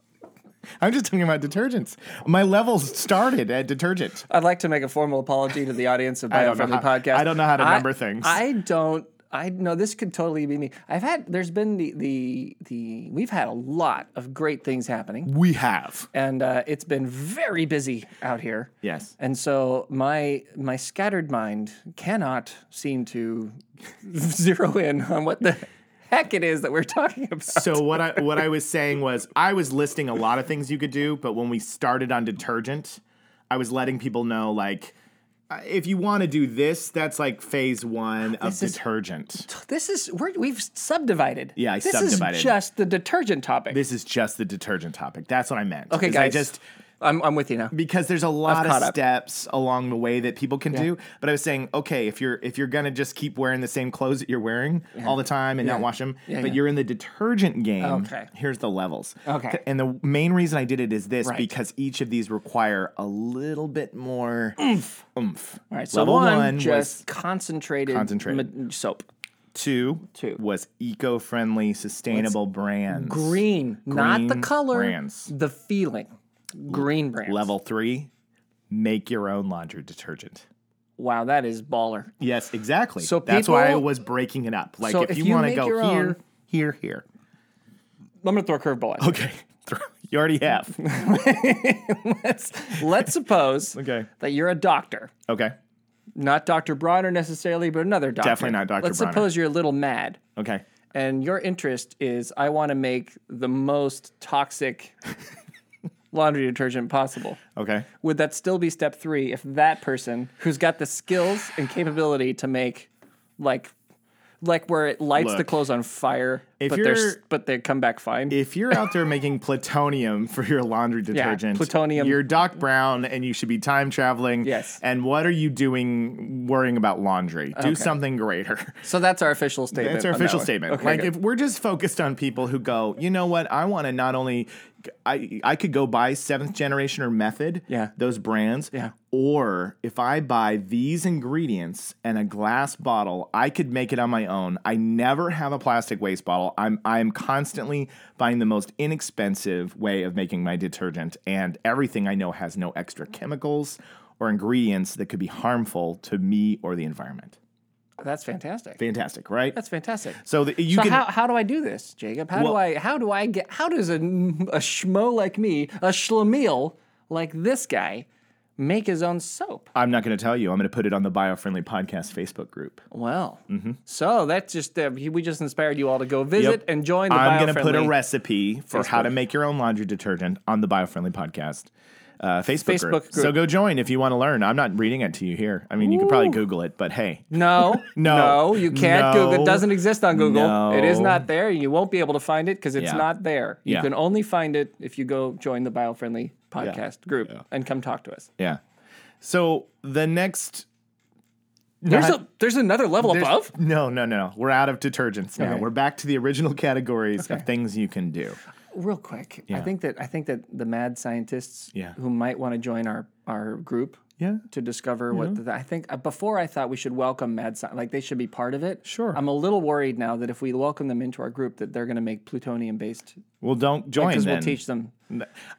Speaker 2: I'm just talking about detergents. My levels started at detergent.
Speaker 3: I'd like to make a formal apology to the audience of
Speaker 2: I
Speaker 3: Bio
Speaker 2: don't know
Speaker 3: Friendly
Speaker 2: how-
Speaker 3: Podcast.
Speaker 2: I don't know how to
Speaker 3: I-
Speaker 2: number things.
Speaker 3: I don't. I know this could totally be me. I've had. There's been the the the. We've had a lot of great things happening,
Speaker 2: We have.
Speaker 3: and uh, it's been very busy out here.
Speaker 2: Yes.
Speaker 3: And so my my scattered mind cannot seem to zero in on what the heck it is that we're talking about.
Speaker 2: So what I what I was saying was I was listing a lot of things you could do, but when we started on detergent, I was letting people know like uh, if you want to do this, that's like phase one of
Speaker 3: is-
Speaker 2: detergent.
Speaker 3: This is we're, we've subdivided.
Speaker 2: Yeah, I
Speaker 3: this
Speaker 2: subdivided.
Speaker 3: is just the detergent topic.
Speaker 2: This is just the detergent topic. That's what I meant.
Speaker 3: okay,
Speaker 2: is
Speaker 3: guys,
Speaker 2: I just
Speaker 3: I'm I'm with you now.
Speaker 2: because there's a lot
Speaker 3: caught
Speaker 2: of
Speaker 3: up.
Speaker 2: steps along the way that people can do. But I was saying, okay, if you're if you're gonna just keep wearing the same clothes that you're wearing all the time and not wash them,
Speaker 3: Yeah,
Speaker 2: but
Speaker 3: yeah.
Speaker 2: you're in the detergent game.
Speaker 3: Okay.
Speaker 2: Here's the levels.
Speaker 3: Okay.
Speaker 2: C- And the main reason I did it is this
Speaker 3: Right.
Speaker 2: because each of these require a little bit more oomph. oomph.
Speaker 3: All right, so
Speaker 2: Level
Speaker 3: one,
Speaker 2: one
Speaker 3: just
Speaker 2: was
Speaker 3: concentrated,
Speaker 2: Concentrated.
Speaker 3: ma- soap,
Speaker 2: two,
Speaker 3: Two.
Speaker 2: was eco-friendly, sustainable brands.
Speaker 3: green, not the
Speaker 2: Green
Speaker 3: color,
Speaker 2: brands.
Speaker 3: the feeling, green brands.
Speaker 2: Level three, make your own laundry detergent.
Speaker 3: Wow, that is baller.
Speaker 2: Yes, exactly.
Speaker 3: So
Speaker 2: that's why I
Speaker 3: people-
Speaker 2: was breaking it up. Like
Speaker 3: So
Speaker 2: if,
Speaker 3: if
Speaker 2: you
Speaker 3: you
Speaker 2: want to
Speaker 3: make
Speaker 2: go
Speaker 3: your
Speaker 2: here,
Speaker 3: own-
Speaker 2: here, here.
Speaker 3: I'm gonna throw a curveball. At you.
Speaker 2: Okay. You already have.
Speaker 3: let's, let's suppose
Speaker 2: Okay.
Speaker 3: that you're a doctor,
Speaker 2: Okay.
Speaker 3: not Dr. Bronner necessarily, but another doctor.
Speaker 2: Definitely not Dr.
Speaker 3: Let's
Speaker 2: Bronner.
Speaker 3: suppose you're a little mad,
Speaker 2: Okay.
Speaker 3: and your interest is I want to make the most toxic laundry detergent possible.
Speaker 2: Okay.
Speaker 3: Would that still be step three if that person who's got the skills and capability to make like like where it lights the
Speaker 2: Look,
Speaker 3: clothes on fire,
Speaker 2: if
Speaker 3: but they're
Speaker 2: you're-
Speaker 3: s- but they come back fine?
Speaker 2: If you're out there making plutonium for your laundry detergent,
Speaker 3: plutonium.
Speaker 2: you're Doc Brown and you should be time traveling.
Speaker 3: Yes.
Speaker 2: And what are you doing worrying about laundry? Do something greater.
Speaker 3: so that's our official statement.
Speaker 2: That's our
Speaker 3: on that
Speaker 2: official
Speaker 3: one.
Speaker 2: statement.
Speaker 3: Okay,
Speaker 2: like if
Speaker 3: good.
Speaker 2: we're just focused on people who go, you know what, I want to not only I I could go buy seventh generation or method,
Speaker 3: Yeah.
Speaker 2: those brands.
Speaker 3: Yeah.
Speaker 2: Or if I buy these ingredients and a glass bottle, I could make it on my own. I never have a plastic waste bottle. I'm I'm constantly buying the most inexpensive way of making my detergent and everything I know has no extra chemicals or ingredients that could be harmful to me or the environment.
Speaker 3: that's fantastic.
Speaker 2: Fantastic, right?
Speaker 3: That's fantastic.
Speaker 2: so the, you
Speaker 3: so
Speaker 2: can
Speaker 3: how, how do I do this, Jacob? How do
Speaker 2: Well-
Speaker 3: I how do I get how does a, a schmo like me, a schlemiel like this guy, make his own soap?
Speaker 2: I'm not going to tell you. I'm going to put it on the biofriendly podcast Facebook group.
Speaker 3: Well, so that's just uh, we just inspired you all to go visit
Speaker 2: Mm-hmm. Yep.
Speaker 3: and join the
Speaker 2: I'm going to
Speaker 3: biofriendly
Speaker 2: put a recipe for how
Speaker 3: Facebook.
Speaker 2: to make your own laundry detergent on the biofriendly podcast uh, Facebook,
Speaker 3: Facebook
Speaker 2: group.
Speaker 3: group.
Speaker 2: So go join if you want to learn. I'm not reading it to you here. I mean, you could probably Google it, but hey,
Speaker 3: No,
Speaker 2: No.
Speaker 3: you can't
Speaker 2: No.
Speaker 3: Google. It doesn't exist on Google. It is
Speaker 2: No.
Speaker 3: not there. You won't be able to find it because it's
Speaker 2: Yeah.
Speaker 3: not there. You
Speaker 2: Yeah.
Speaker 3: can only find it if you go join the biofriendly podcast group and come talk to us.
Speaker 2: yeah. So the next
Speaker 3: There's
Speaker 2: Not-
Speaker 3: a there's another level
Speaker 2: there's-
Speaker 3: above.
Speaker 2: No, no, no, no. We're out of detergents now.
Speaker 3: Okay.
Speaker 2: We're back to the original categories of things you can do.
Speaker 3: real quick i think that i think that the mad scientists
Speaker 2: Yeah.
Speaker 3: who might want to join our our group
Speaker 2: Yeah.
Speaker 3: to discover what the, i think uh, before i thought we should welcome mad science like they should be part of it
Speaker 2: Sure.
Speaker 3: i'm a little worried now that if we welcome them into our group that they're going to make plutonium based
Speaker 2: Well, don't join
Speaker 3: because
Speaker 2: then.
Speaker 3: we'll teach them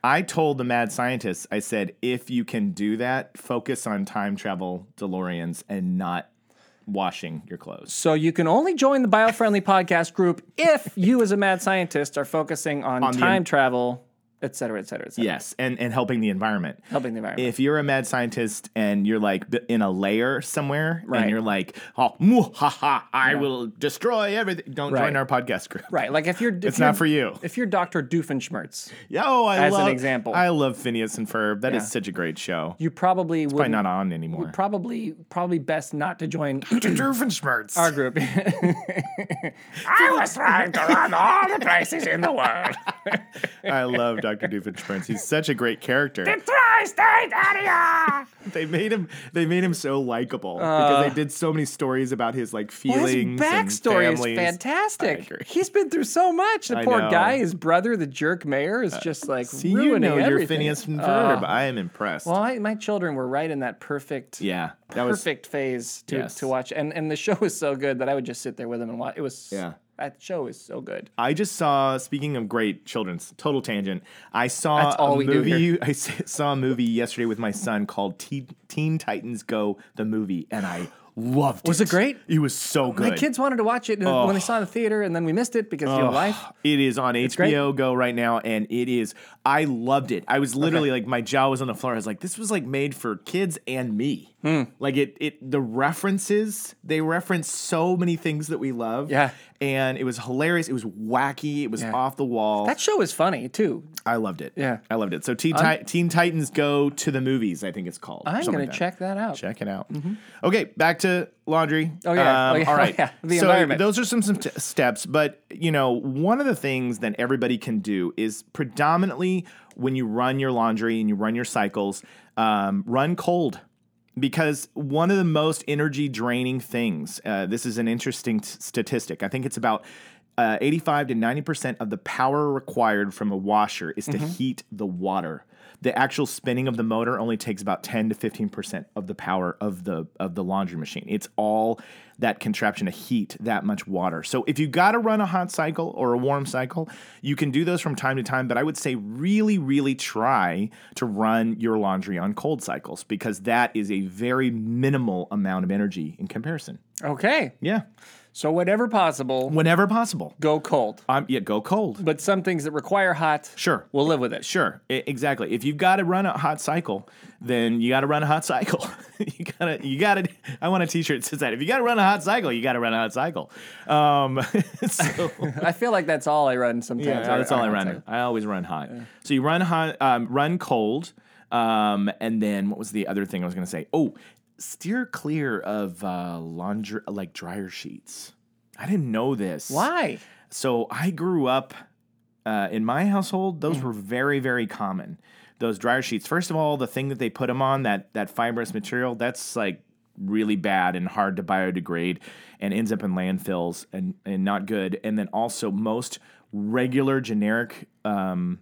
Speaker 2: I told the mad scientists, I said, if you can do that, focus on time travel DeLoreans and not washing your clothes.
Speaker 3: so you can only join the biofriendly podcast group if you as a mad scientist are focusing on,
Speaker 2: the
Speaker 3: time
Speaker 2: en-
Speaker 3: travel et cetera et cetera et cetera
Speaker 2: Yes, and, and helping the environment.
Speaker 3: helping the environment
Speaker 2: If you're a mad scientist and you're like b- in a layer somewhere
Speaker 3: Right.
Speaker 2: and you're like, oh, moo, ha, ha, I will destroy everything, don't
Speaker 3: Right.
Speaker 2: join our podcast group.
Speaker 3: right like if you're if
Speaker 2: It's not for you.
Speaker 3: if you're dr doofenshmirtz
Speaker 2: Yeah, Oh, I
Speaker 3: As an
Speaker 2: love,
Speaker 3: example.
Speaker 2: I love Phineas and Ferb. That is
Speaker 3: Yeah.
Speaker 2: such a great show.
Speaker 3: you probably would
Speaker 2: Probably not on anymore.
Speaker 3: probably probably best not to join
Speaker 2: Doofenshmirtz.
Speaker 3: our group.
Speaker 4: I was trying to run all the places in the world.
Speaker 2: I love Dr. Doofenshmirtz. He's such a great character.
Speaker 4: Tri-state area.
Speaker 2: They made him. They made him so likable because they did so many stories about his like
Speaker 3: His
Speaker 2: feelings.
Speaker 3: backstory
Speaker 2: and
Speaker 3: is
Speaker 2: families. I
Speaker 3: fantastic.
Speaker 2: agree.
Speaker 3: He's been through so much. The
Speaker 2: I
Speaker 3: poor
Speaker 2: know. Uh,
Speaker 3: guy, his brother, the jerk mayor, is just like
Speaker 2: See,
Speaker 3: ruining
Speaker 2: you know
Speaker 3: everything.
Speaker 2: you're Phineas and Ferb. I am impressed.
Speaker 3: Well, I, my children were right in that perfect,
Speaker 2: yeah, that was
Speaker 3: perfect phase to,
Speaker 2: Yes.
Speaker 3: to watch, and and the show was so good that I would just sit there with them and watch. It was
Speaker 2: Yeah.
Speaker 3: That show is so good.
Speaker 2: I just saw. Speaking of great children's, total tangent. I saw
Speaker 3: That's all
Speaker 2: a
Speaker 3: we do
Speaker 2: movie. I s- saw a movie yesterday with my son called Teen, Teen Titans Go the movie, and I loved
Speaker 3: Was
Speaker 2: it.
Speaker 3: it great?
Speaker 2: It was so good.
Speaker 3: My kids wanted to watch it and
Speaker 2: Oh.
Speaker 3: when they saw it in the theater, and then we missed it because you know life.
Speaker 2: It is on
Speaker 3: great.
Speaker 2: HBO Go right now, and it is. I loved it. I was literally like, my jaw was on the floor. I was like, this was like made for kids and me.
Speaker 3: Hmm.
Speaker 2: Like it, it. The references they reference so many things that we love.
Speaker 3: Yeah.
Speaker 2: and it was hilarious. It was wacky. It was
Speaker 3: Yeah.
Speaker 2: off the wall.
Speaker 3: That show is funny too.
Speaker 2: I loved it.
Speaker 3: Yeah.
Speaker 2: I loved it. So Teen, Ti- Teen Titans Go to the movies. I think it's called. or
Speaker 3: I'm
Speaker 2: something
Speaker 3: gonna
Speaker 2: like that.
Speaker 3: check Mm-hmm. that out.
Speaker 2: Check it out. Okay, back to laundry.
Speaker 3: Oh, yeah. Oh, yeah.
Speaker 2: Um, All right.
Speaker 3: Oh, yeah. The
Speaker 2: so
Speaker 3: environment.
Speaker 2: those are some some t- steps, but you know, one of the things that everybody can do is predominantly when you run your laundry and you run your cycles, um, run cold. Because one of the most energy draining things, uh, this is an interesting t- statistic. I think it's about uh, 85 to 90% of the power required from a washer is
Speaker 3: Mm-hmm.
Speaker 2: to heat the water. The actual spinning of the motor only takes about 10 to 15% of the power of the of the laundry machine. It's all that contraption to heat that much water. So if you got to run a hot cycle or a warm cycle, you can do those from time to time, but I would say really really try to run your laundry on cold cycles because that is a very minimal amount of energy in comparison.
Speaker 3: Okay.
Speaker 2: Yeah.
Speaker 3: So whatever possible,
Speaker 2: whenever possible.
Speaker 3: go cold.
Speaker 2: Um, yeah, go cold.
Speaker 3: But some things that require hot,
Speaker 2: Sure.
Speaker 3: we'll live with it.
Speaker 2: Sure, e- exactly. If you've got to run a hot cycle, then you got to run a hot cycle. you gotta, you gotta. I want a T-shirt that says that. If you got to run a hot cycle, you got to run a hot cycle. Um, so
Speaker 3: I feel like that's all I run sometimes.
Speaker 2: yeah, that's all I run.
Speaker 3: outside.
Speaker 2: I always run hot. So you run hot, um, run cold, um, and then what was the other thing I was going to say? Oh, steer clear of uh, laundry, like dryer sheets. I didn't know this.
Speaker 3: Why?
Speaker 2: So I grew up uh, in my household. Those were very, very common. Those dryer sheets. First of all, the thing that they put them on that that fibrous material that's like really bad and hard to biodegrade and ends up in landfills and and not good. And then also most regular generic. Um,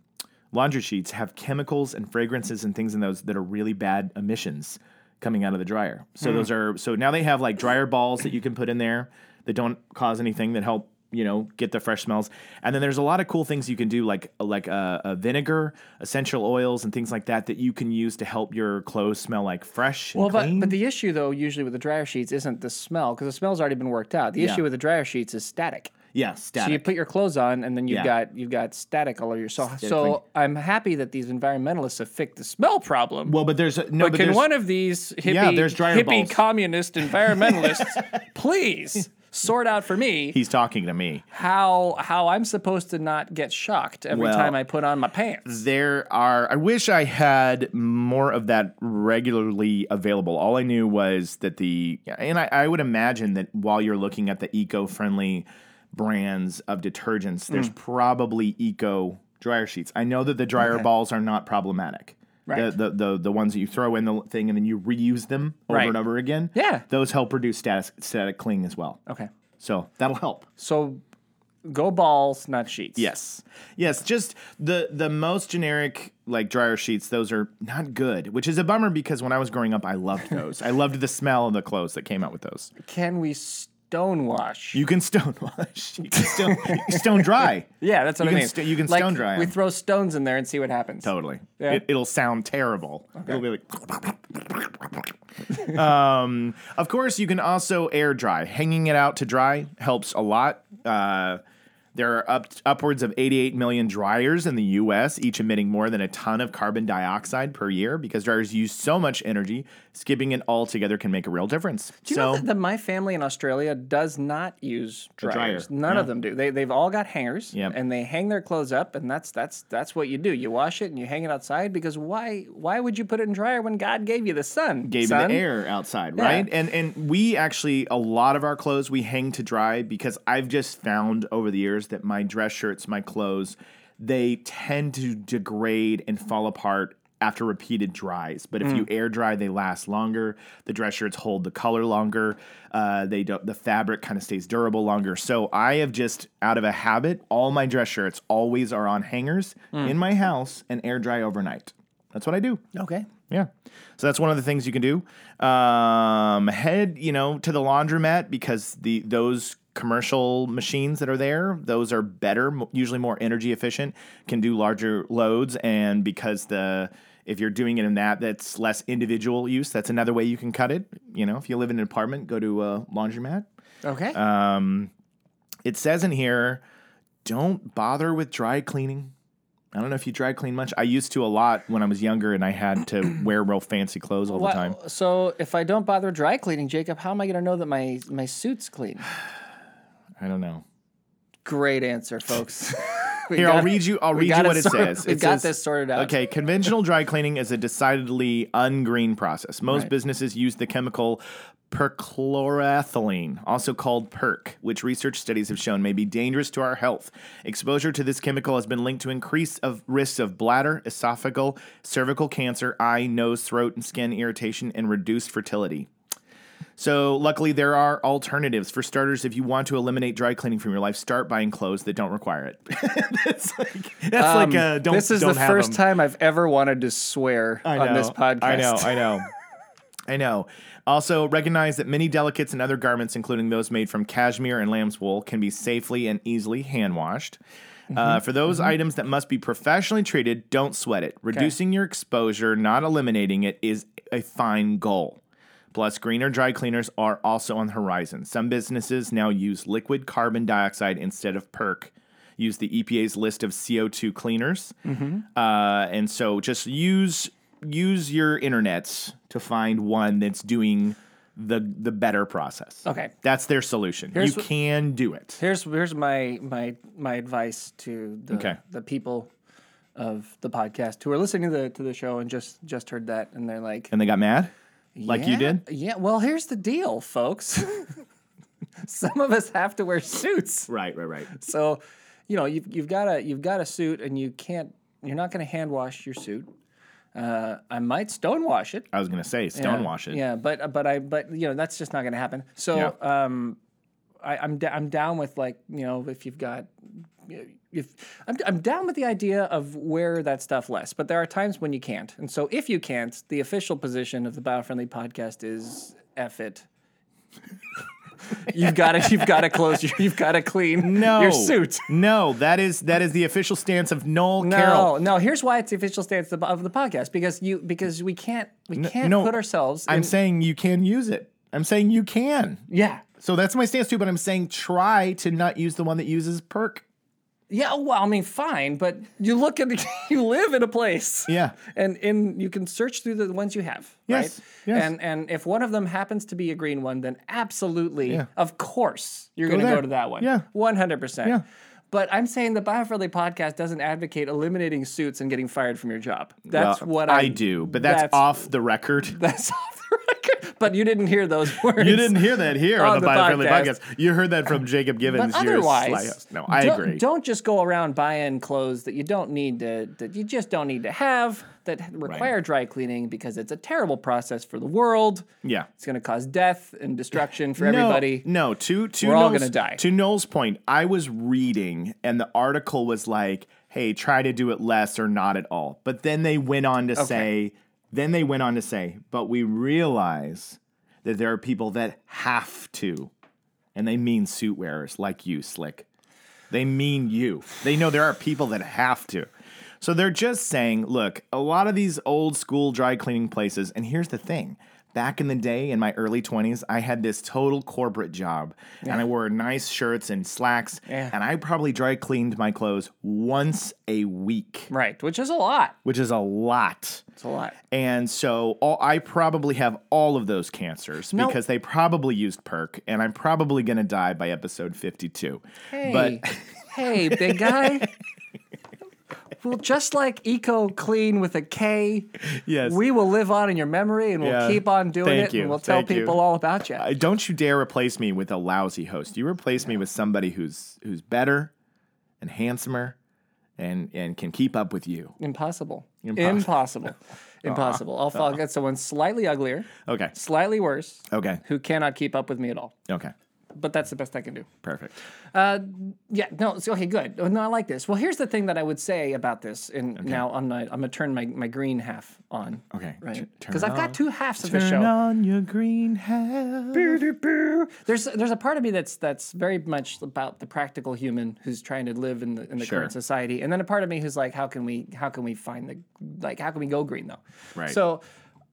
Speaker 2: Laundry sheets have chemicals and fragrances and things in those that are really bad emissions coming out of the dryer. So
Speaker 3: Hmm.
Speaker 2: those are so now they have like dryer balls that you can put in there that don't cause anything that help you know get the fresh smells. And then there's a lot of cool things you can do like like uh, a vinegar, essential oils, and things like that that you can use to help your clothes smell like fresh.
Speaker 3: Well,
Speaker 2: and
Speaker 3: but,
Speaker 2: clean.
Speaker 3: but the issue though, usually with the dryer sheets, isn't the smell because the smell's already been worked out. The
Speaker 2: Yeah.
Speaker 3: issue with the dryer sheets is static.
Speaker 2: yeah, static.
Speaker 3: So you put your clothes on, and then you've
Speaker 2: Yeah.
Speaker 3: got you've got static all over your so.
Speaker 2: cling.
Speaker 3: So I'm happy that these environmentalists have fixed the smell problem.
Speaker 2: well, but there's no. but
Speaker 3: but, can
Speaker 2: there's-
Speaker 3: one of these hippie,
Speaker 2: Yeah, there's dryer
Speaker 3: hippie
Speaker 2: balls.
Speaker 3: communist environmentalists please sort out for me
Speaker 2: He's talking to me.
Speaker 3: how how I'm supposed to not get shocked every
Speaker 2: Well-
Speaker 3: time I put on my pants?
Speaker 2: there are i wish i had more of that regularly available all i knew was that the and i, I would imagine that while you're looking at the eco-friendly brands of detergents there's
Speaker 3: Mm.
Speaker 2: probably eco dryer sheets i know that the dryer balls are not problematic
Speaker 3: Right.
Speaker 2: The, the, the the ones that you throw in the thing and then you reuse them over
Speaker 3: Right.
Speaker 2: and over again.
Speaker 3: Yeah. Oh.
Speaker 2: Those help reduce static static cling as well.
Speaker 3: Okay,
Speaker 2: So that'll help.
Speaker 3: so go balls, not sheets.
Speaker 2: Yes. Yes, just the the most generic like dryer sheets, those are not good, which is a bummer because when I was growing up I loved those. I loved the smell of the clothes that came out with those.
Speaker 3: Can we stonewash?
Speaker 2: You can stone wash. You can stone, you can stone dry.
Speaker 3: yeah, that's what
Speaker 2: you
Speaker 3: I
Speaker 2: can
Speaker 3: mean.
Speaker 2: st- you can
Speaker 3: Like,
Speaker 2: stone dry
Speaker 3: We
Speaker 2: 'em.
Speaker 3: throw stones in there and see what happens.
Speaker 2: Totally.
Speaker 3: Yeah.
Speaker 2: It, it'll sound terrible. It'll be like. um, of course, you can also air dry. Hanging it out to dry helps a lot. Uh, there are up, upwards of 88 million dryers in the U.S., each emitting more than a ton of carbon dioxide per year. Because dryers use so much energy, skipping it altogether can make a real difference.
Speaker 3: Do you
Speaker 2: so
Speaker 3: know that, that my family in Australia does not use
Speaker 2: dryer,
Speaker 3: dryers? None of
Speaker 2: yeah.
Speaker 3: them do. They they've all got hangers,
Speaker 2: Yep.
Speaker 3: and they hang their clothes up, and that's that's that's what you do. You wash it and you hang it outside because why why would you put it in dryer when God gave you the sun?
Speaker 2: gave you
Speaker 3: son?
Speaker 2: the air outside,
Speaker 3: Yeah.
Speaker 2: right? And and we actually a lot of our clothes we hang to dry because I've just found over the years that my dress shirts, my clothes, they tend to degrade and fall apart after repeated dries. But if
Speaker 3: Mm.
Speaker 2: you air dry, they last longer. The dress shirts hold the color longer. Uh, they don't, the fabric kind of stays durable longer. So I have just out of a habit, all my dress shirts always are on hangers
Speaker 3: Mm.
Speaker 2: in my house and air dry overnight. That's what I do.
Speaker 3: Okay.
Speaker 2: Yeah. So that's one of the things you can do. Um, head, you know, to the laundromat because the those commercial machines that are there, those are better, mo- usually more energy efficient, can do larger loads, and because the if you're doing it in that, that's less individual use. That's another way you can cut it. You know, if you live in an apartment, go to a laundromat.
Speaker 3: Okay.
Speaker 2: Uh, It says in here, don't bother with dry cleaning. I don't know if you dry clean much. I used to a lot when I was younger, and I had to wear real fancy clothes all
Speaker 3: Wha-
Speaker 2: the time.
Speaker 3: So if I don't bother dry cleaning, Jacob, how am I going to know that my my suit's clean?
Speaker 2: I don't know.
Speaker 3: Great answer, folks. We
Speaker 2: Here, I'll
Speaker 3: got-
Speaker 2: read you. I'll
Speaker 3: we
Speaker 2: read you
Speaker 3: got
Speaker 2: what it
Speaker 3: sort-
Speaker 2: says.
Speaker 3: We
Speaker 2: It
Speaker 3: got
Speaker 2: says-
Speaker 3: this sorted out.
Speaker 2: Okay, conventional dry cleaning is a decidedly ungreen process. Most businesses use the chemical perchloroethylene, also called PERC, which research studies have shown may be dangerous to our health. Exposure to this chemical has been linked to increased of risks of bladder, esophageal, cervical cancer, eye, nose, throat, and skin irritation, and reduced fertility. So, luckily, there are alternatives. For starters, if you want to eliminate dry cleaning from your life, start buying clothes that don't require it. that's like, that's like a don't.
Speaker 3: um, this is
Speaker 2: don't
Speaker 3: the
Speaker 2: have
Speaker 3: first
Speaker 2: them.
Speaker 3: time I've ever wanted to swear
Speaker 2: I
Speaker 3: on this
Speaker 2: know,
Speaker 3: podcast.
Speaker 2: I know, I know. I know. Also, recognize that many delicates and other garments, including those made from cashmere and lamb's wool, can be safely and easily hand washed. Uh,
Speaker 3: Mm-hmm.
Speaker 2: for those items that must be professionally treated, don't sweat it. Reducing your exposure, not eliminating it, is a fine goal. Plus, greener dry cleaners are also on the horizon. Some businesses now use liquid carbon dioxide instead of perk. Use the EPA's list of CO2 cleaners,
Speaker 3: Mm-hmm.
Speaker 2: uh, and so just use use your internets to find one that's doing the the better process.
Speaker 3: Okay.
Speaker 2: that's their solution.
Speaker 3: Here's
Speaker 2: you
Speaker 3: wh-
Speaker 2: can do it.
Speaker 3: Here's here's my my my advice to the
Speaker 2: Okay.
Speaker 3: the people of the podcast who are listening to the to the show and just just heard that and they're like
Speaker 2: And they got mad, like you
Speaker 3: "Yeah,
Speaker 2: did.
Speaker 3: Yeah, well, here's the deal, folks. Some of us have to wear suits.
Speaker 2: Right, right, right.
Speaker 3: So, you know, you've, you've got a you've got a suit and you can't you're not going to hand wash your suit. Uh, I might stone wash it.
Speaker 2: I was gonna say stonewash
Speaker 3: yeah,
Speaker 2: it.
Speaker 3: Yeah, but but I but you know that's just not going to happen. So um, I, I'm d- I'm down with like you know if you've got if I'm I'm down with the idea of wear that stuff less, but there are times when you can't, and so if you can't, the official position of the Biofriendly Podcast is F it. you've got to you've got to close your, you've got to clean
Speaker 2: No,
Speaker 3: your suit.
Speaker 2: No, that is that is the official stance of Noel
Speaker 3: No,
Speaker 2: Carroll.
Speaker 3: no. Here's why it's the official stance of the- of the podcast because you because we can't we can't
Speaker 2: no,
Speaker 3: put ourselves.
Speaker 2: I'm
Speaker 3: in,
Speaker 2: saying you can use it. I'm saying you can.
Speaker 3: yeah,
Speaker 2: So that's my stance too. But I'm saying try to not use the one that uses perk.
Speaker 3: Yeah, oh, well, I mean, fine, but you look at you live in a place.
Speaker 2: Yeah.
Speaker 3: And in you can search through the ones you have,
Speaker 2: Yes,
Speaker 3: right?
Speaker 2: yes.
Speaker 3: And and if one of them happens to be a green one, then absolutely,
Speaker 2: Yeah.
Speaker 3: of course, you're going to
Speaker 2: there.
Speaker 3: go to that one.
Speaker 2: Yeah.
Speaker 3: 100%.
Speaker 2: Yeah.
Speaker 3: But I'm saying the Biofriendly podcast doesn't advocate eliminating suits and getting fired from your job. That's
Speaker 2: Well,
Speaker 3: what
Speaker 2: I
Speaker 3: I'm-
Speaker 2: do, but that's, off the record.
Speaker 3: That's off the record. But you didn't hear those words.
Speaker 2: you didn't hear that here on,
Speaker 3: on
Speaker 2: the,
Speaker 3: the
Speaker 2: Biofriendly
Speaker 3: podcast.
Speaker 2: podcast. You heard that from Jacob Givens.
Speaker 3: But
Speaker 2: your sly
Speaker 3: otherwise,
Speaker 2: host. no, I
Speaker 3: don't,
Speaker 2: agree.
Speaker 3: Don't just go around buying clothes that you don't need to, that you just don't need to have, that require dry cleaning because it's a terrible process for the world.
Speaker 2: Yeah.
Speaker 3: It's going to cause death and destruction for everybody.
Speaker 2: No, no, to to
Speaker 3: We're all
Speaker 2: Noel's-
Speaker 3: gonna die.
Speaker 2: To Noel's point, I was reading, and the article was like, "Hey, try to do it less or not at all." But then they went on to say, then they went on to say, but we realize that there are people that have to, and they mean suit wearers like you, Slick. They mean you. They know there are people that have to. So they're just saying, look, a lot of these old school dry cleaning places, and here's the thing. Back in the day, in my early 20s, I had this total corporate job and I wore nice shirts and slacks.
Speaker 3: Yeah.
Speaker 2: And I probably dry cleaned my clothes once a week,
Speaker 3: Right, which is a lot.
Speaker 2: which is a lot.
Speaker 3: It's a lot.
Speaker 2: And so all, I probably have all of those cancers
Speaker 3: No.
Speaker 2: because they probably used perk, and I'm probably going to die by episode 52.
Speaker 3: Hey,
Speaker 2: But
Speaker 3: hey, big guy. Well, just like Eco Clean with a K,
Speaker 2: yes,
Speaker 3: we will live on in your memory and we'll
Speaker 2: Yeah.
Speaker 3: keep on doing
Speaker 2: Thank
Speaker 3: it
Speaker 2: you.
Speaker 3: and we'll tell
Speaker 2: Thank you.
Speaker 3: people all about you.
Speaker 2: Uh, don't you dare replace me with a lousy host. You replace me with somebody who's who's better and handsomer and and can keep up with you.
Speaker 3: Impossible. Impossible. Impossible. I'll, I'll get someone slightly uglier,
Speaker 2: Okay.
Speaker 3: slightly worse,
Speaker 2: Okay.
Speaker 3: who cannot keep up with me at all.
Speaker 2: Okay.
Speaker 3: But that's the best I can do.
Speaker 2: Perfect.
Speaker 3: Uh, yeah, no, so, okay, good. Oh, No, I like this. Well, here's the thing that I would say about this, and now I'm gonna, I'm gonna turn my, my green half on.
Speaker 2: Okay.
Speaker 3: Right.
Speaker 2: Turn
Speaker 3: Because I've
Speaker 2: on-
Speaker 3: got two halves of the
Speaker 2: Turn
Speaker 3: show.
Speaker 2: on your green hat.
Speaker 3: There's there's a part of me that's that's very much about the practical human who's trying to live in the in the
Speaker 2: Sure.
Speaker 3: current society, and then a part of me who's like, how can we how can we find the like how can we go green though?
Speaker 2: Right.
Speaker 3: So,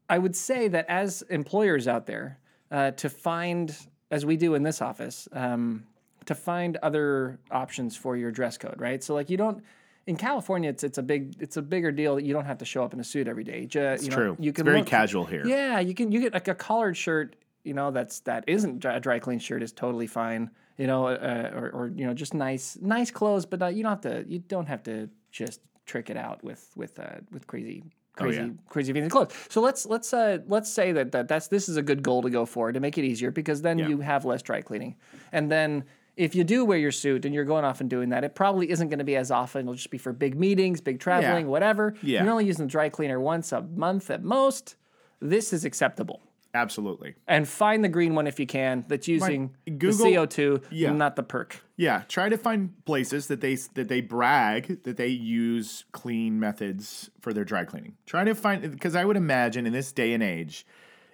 Speaker 3: I would say that as employers out there, uh, to find as we do in this office, um, to find other options for your dress code, right? So like you don't. In California, it's it's a big it's a bigger deal that you don't have to show up in a suit every day. Ju- you know,
Speaker 2: True.
Speaker 3: You can
Speaker 2: it's very
Speaker 3: look-
Speaker 2: casual here.
Speaker 3: yeah, you can you get like a collared shirt, you know, that's that isn't dry, a dry clean shirt is totally fine, you know, uh, or or you know just nice nice clothes, but not, you don't have to you don't have to just trick it out with with uh, with crazy crazy
Speaker 2: yeah.
Speaker 3: crazy fancy clothes. So let's let's uh let's say that, that that's this is a good goal to go for to make it easier because then you have less dry cleaning. And then if you do wear your suit and you're going off and doing that, it probably isn't going to be as often. It'll just be for big meetings, big traveling, whatever.
Speaker 2: Yeah.
Speaker 3: You're only using the dry cleaner once a month at most this is acceptable.
Speaker 2: Absolutely.
Speaker 3: And find the green one if you can that's using
Speaker 2: Google-
Speaker 3: the CO2,
Speaker 2: Yeah.
Speaker 3: not the perk.
Speaker 2: Yeah, try to find places that they that they brag that they use clean methods for their dry cleaning. Try to find because I would imagine in this day and age,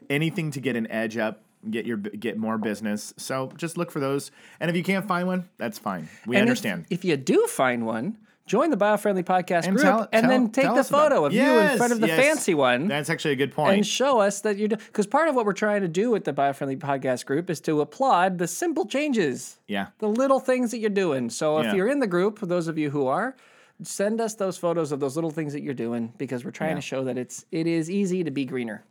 Speaker 2: anything to get an edge up, get your get more business. So just look for those, and if you can't find one, that's fine. We
Speaker 3: And if-
Speaker 2: understand.
Speaker 3: If, you do find one, join the biofriendly podcast group
Speaker 2: tell-
Speaker 3: and
Speaker 2: tell-
Speaker 3: then take
Speaker 2: tell
Speaker 3: the
Speaker 2: us about
Speaker 3: photo
Speaker 2: it.
Speaker 3: of you in
Speaker 2: Yes,
Speaker 3: front of the
Speaker 2: yes.
Speaker 3: fancy one
Speaker 2: That's actually a good
Speaker 3: and
Speaker 2: point.
Speaker 3: show us that you're because part of what we're trying to do with the biofriendly podcast group is to applaud the simple changes
Speaker 2: yeah.
Speaker 3: the little things that you're doing so if
Speaker 2: Yeah.
Speaker 3: you're in the group those of you who are send us those photos of those little things that you're doing because we're trying to show that it's it is easy to be greener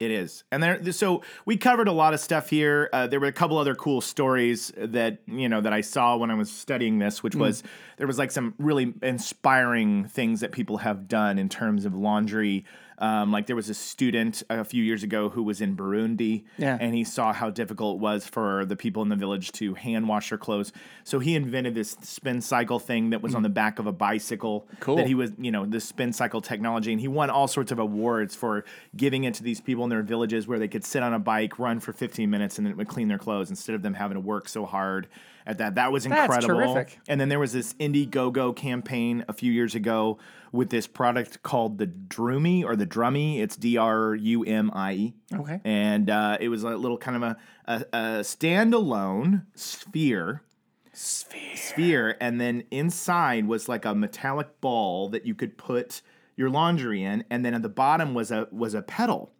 Speaker 2: It is, and there. So we covered a lot of stuff here. Uh, there were a couple other cool stories that you know that I saw when I was studying this, which was there was like some really inspiring things that people have done in terms of laundry. Um, like there was a student a few years ago who was in Burundi,
Speaker 3: Yeah.
Speaker 2: and he saw how difficult it was for the people in the village to hand wash their clothes. So he invented this spin cycle thing that was on the back of a bicycle.
Speaker 3: Mm. Cool.
Speaker 2: That he was, you know, the spin cycle technology, and he won all sorts of awards for giving it to these people in their villages where they could sit on a bike, run for 15 minutes, and then it would clean their clothes instead of them having to work so hard at that. That was
Speaker 3: That's
Speaker 2: incredible.
Speaker 3: terrific.
Speaker 2: And then there was this Indiegogo campaign a few years ago with this product called the Drumi or the Drummy. It's D R U M I E.
Speaker 3: Okay.
Speaker 2: And uh, it was a little kind of a, a, a standalone sphere. Sphere. Sphere. And then inside was like a metallic ball that you could put your laundry in. And then at the bottom was a was a pedal.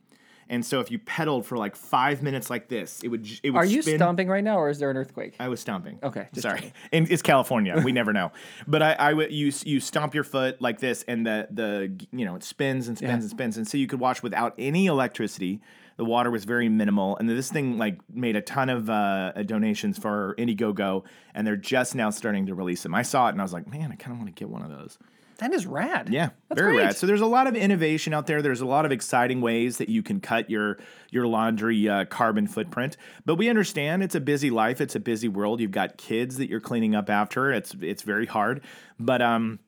Speaker 2: And so if you pedaled for like five minutes like this, it would j- it would
Speaker 3: are you
Speaker 2: spin
Speaker 3: stomping right now or is there an earthquake
Speaker 2: I was stomping.
Speaker 3: Okay, just
Speaker 2: sorry. In, it's California. We never know. But I, I would you you stomp your foot like this, and the the you know it spins and spins
Speaker 3: Yeah.
Speaker 2: and spins, and so you could watch without any electricity. The water was very minimal, and this thing like made a ton of uh, donations for Indiegogo, and they're just now starting to release them. I saw it, and I was like, man, I kind of want to get one of those.
Speaker 3: that is rad
Speaker 2: Yeah,
Speaker 3: That's
Speaker 2: very
Speaker 3: great.
Speaker 2: rad. So there's a lot of innovation out there. There's a lot of exciting ways that you can cut your your laundry uh, carbon footprint. But we understand it's a busy life. It's a busy world. You've got kids that you're cleaning up after. It's it's very hard. But um,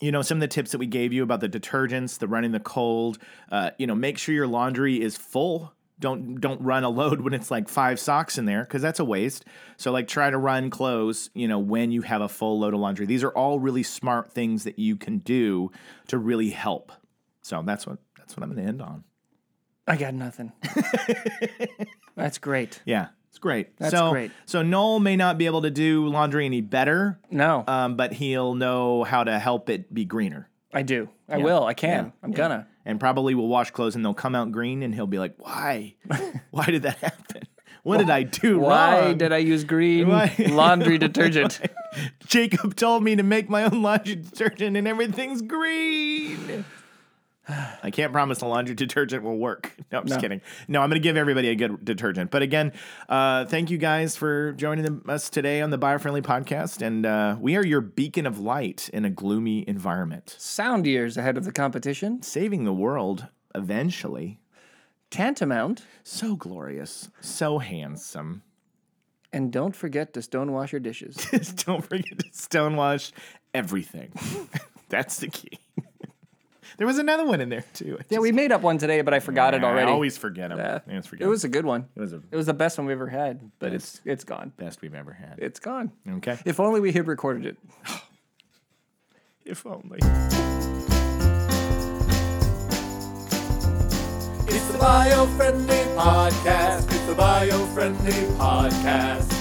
Speaker 2: you know some of the tips that we gave you about the detergents the running the cold uh, you know make sure your laundry is full don't don't run a load when it's like five socks in there because that's a waste so like try to run clothes you know when you have a full load of laundry these are all really smart things that you can do to really help so that's what that's what i'm gonna end on
Speaker 3: i got nothing that's great
Speaker 2: yeah it's great
Speaker 3: That's
Speaker 2: so
Speaker 3: great.
Speaker 2: so noel may not be able to do laundry any better
Speaker 3: no
Speaker 2: um, but he'll know how to help it be greener
Speaker 3: i do i will i can i'm gonna
Speaker 2: and probably will wash clothes and they'll come out green and he'll be like, "Why? Why did that happen? What did I do
Speaker 3: why
Speaker 2: wrong?
Speaker 3: did i use green
Speaker 2: Why-
Speaker 3: laundry detergent
Speaker 2: Jacob told me to make my own laundry detergent and everything's green." I can't promise the laundry detergent will work. No, I'm just kidding. No, I'm going to give everybody a good detergent. But again, uh, thank you guys for joining them- us today on the Biofriendly Podcast. And uh, we are your beacon of light in a gloomy environment,
Speaker 3: sound years ahead of the competition
Speaker 2: saving the world eventually.
Speaker 3: tantamount
Speaker 2: So glorious, so handsome.
Speaker 3: and don't forget to stonewash your dishes
Speaker 2: Just don't forget to stonewash everything. That's the key. there was another one in there too. I
Speaker 3: yeah
Speaker 2: just-
Speaker 3: we made up one today but i forgot it already
Speaker 2: I always forget them.
Speaker 3: Yeah.
Speaker 2: I always forget
Speaker 3: it was a good one
Speaker 2: It was the
Speaker 3: it was the best one we ever had but it's
Speaker 2: Yes.
Speaker 3: it's gone
Speaker 2: best we've ever had.
Speaker 3: it's gone
Speaker 2: Okay.
Speaker 3: if only we had recorded it
Speaker 2: if only.
Speaker 1: It's the bio friendly podcast. It's the bio friendly podcast.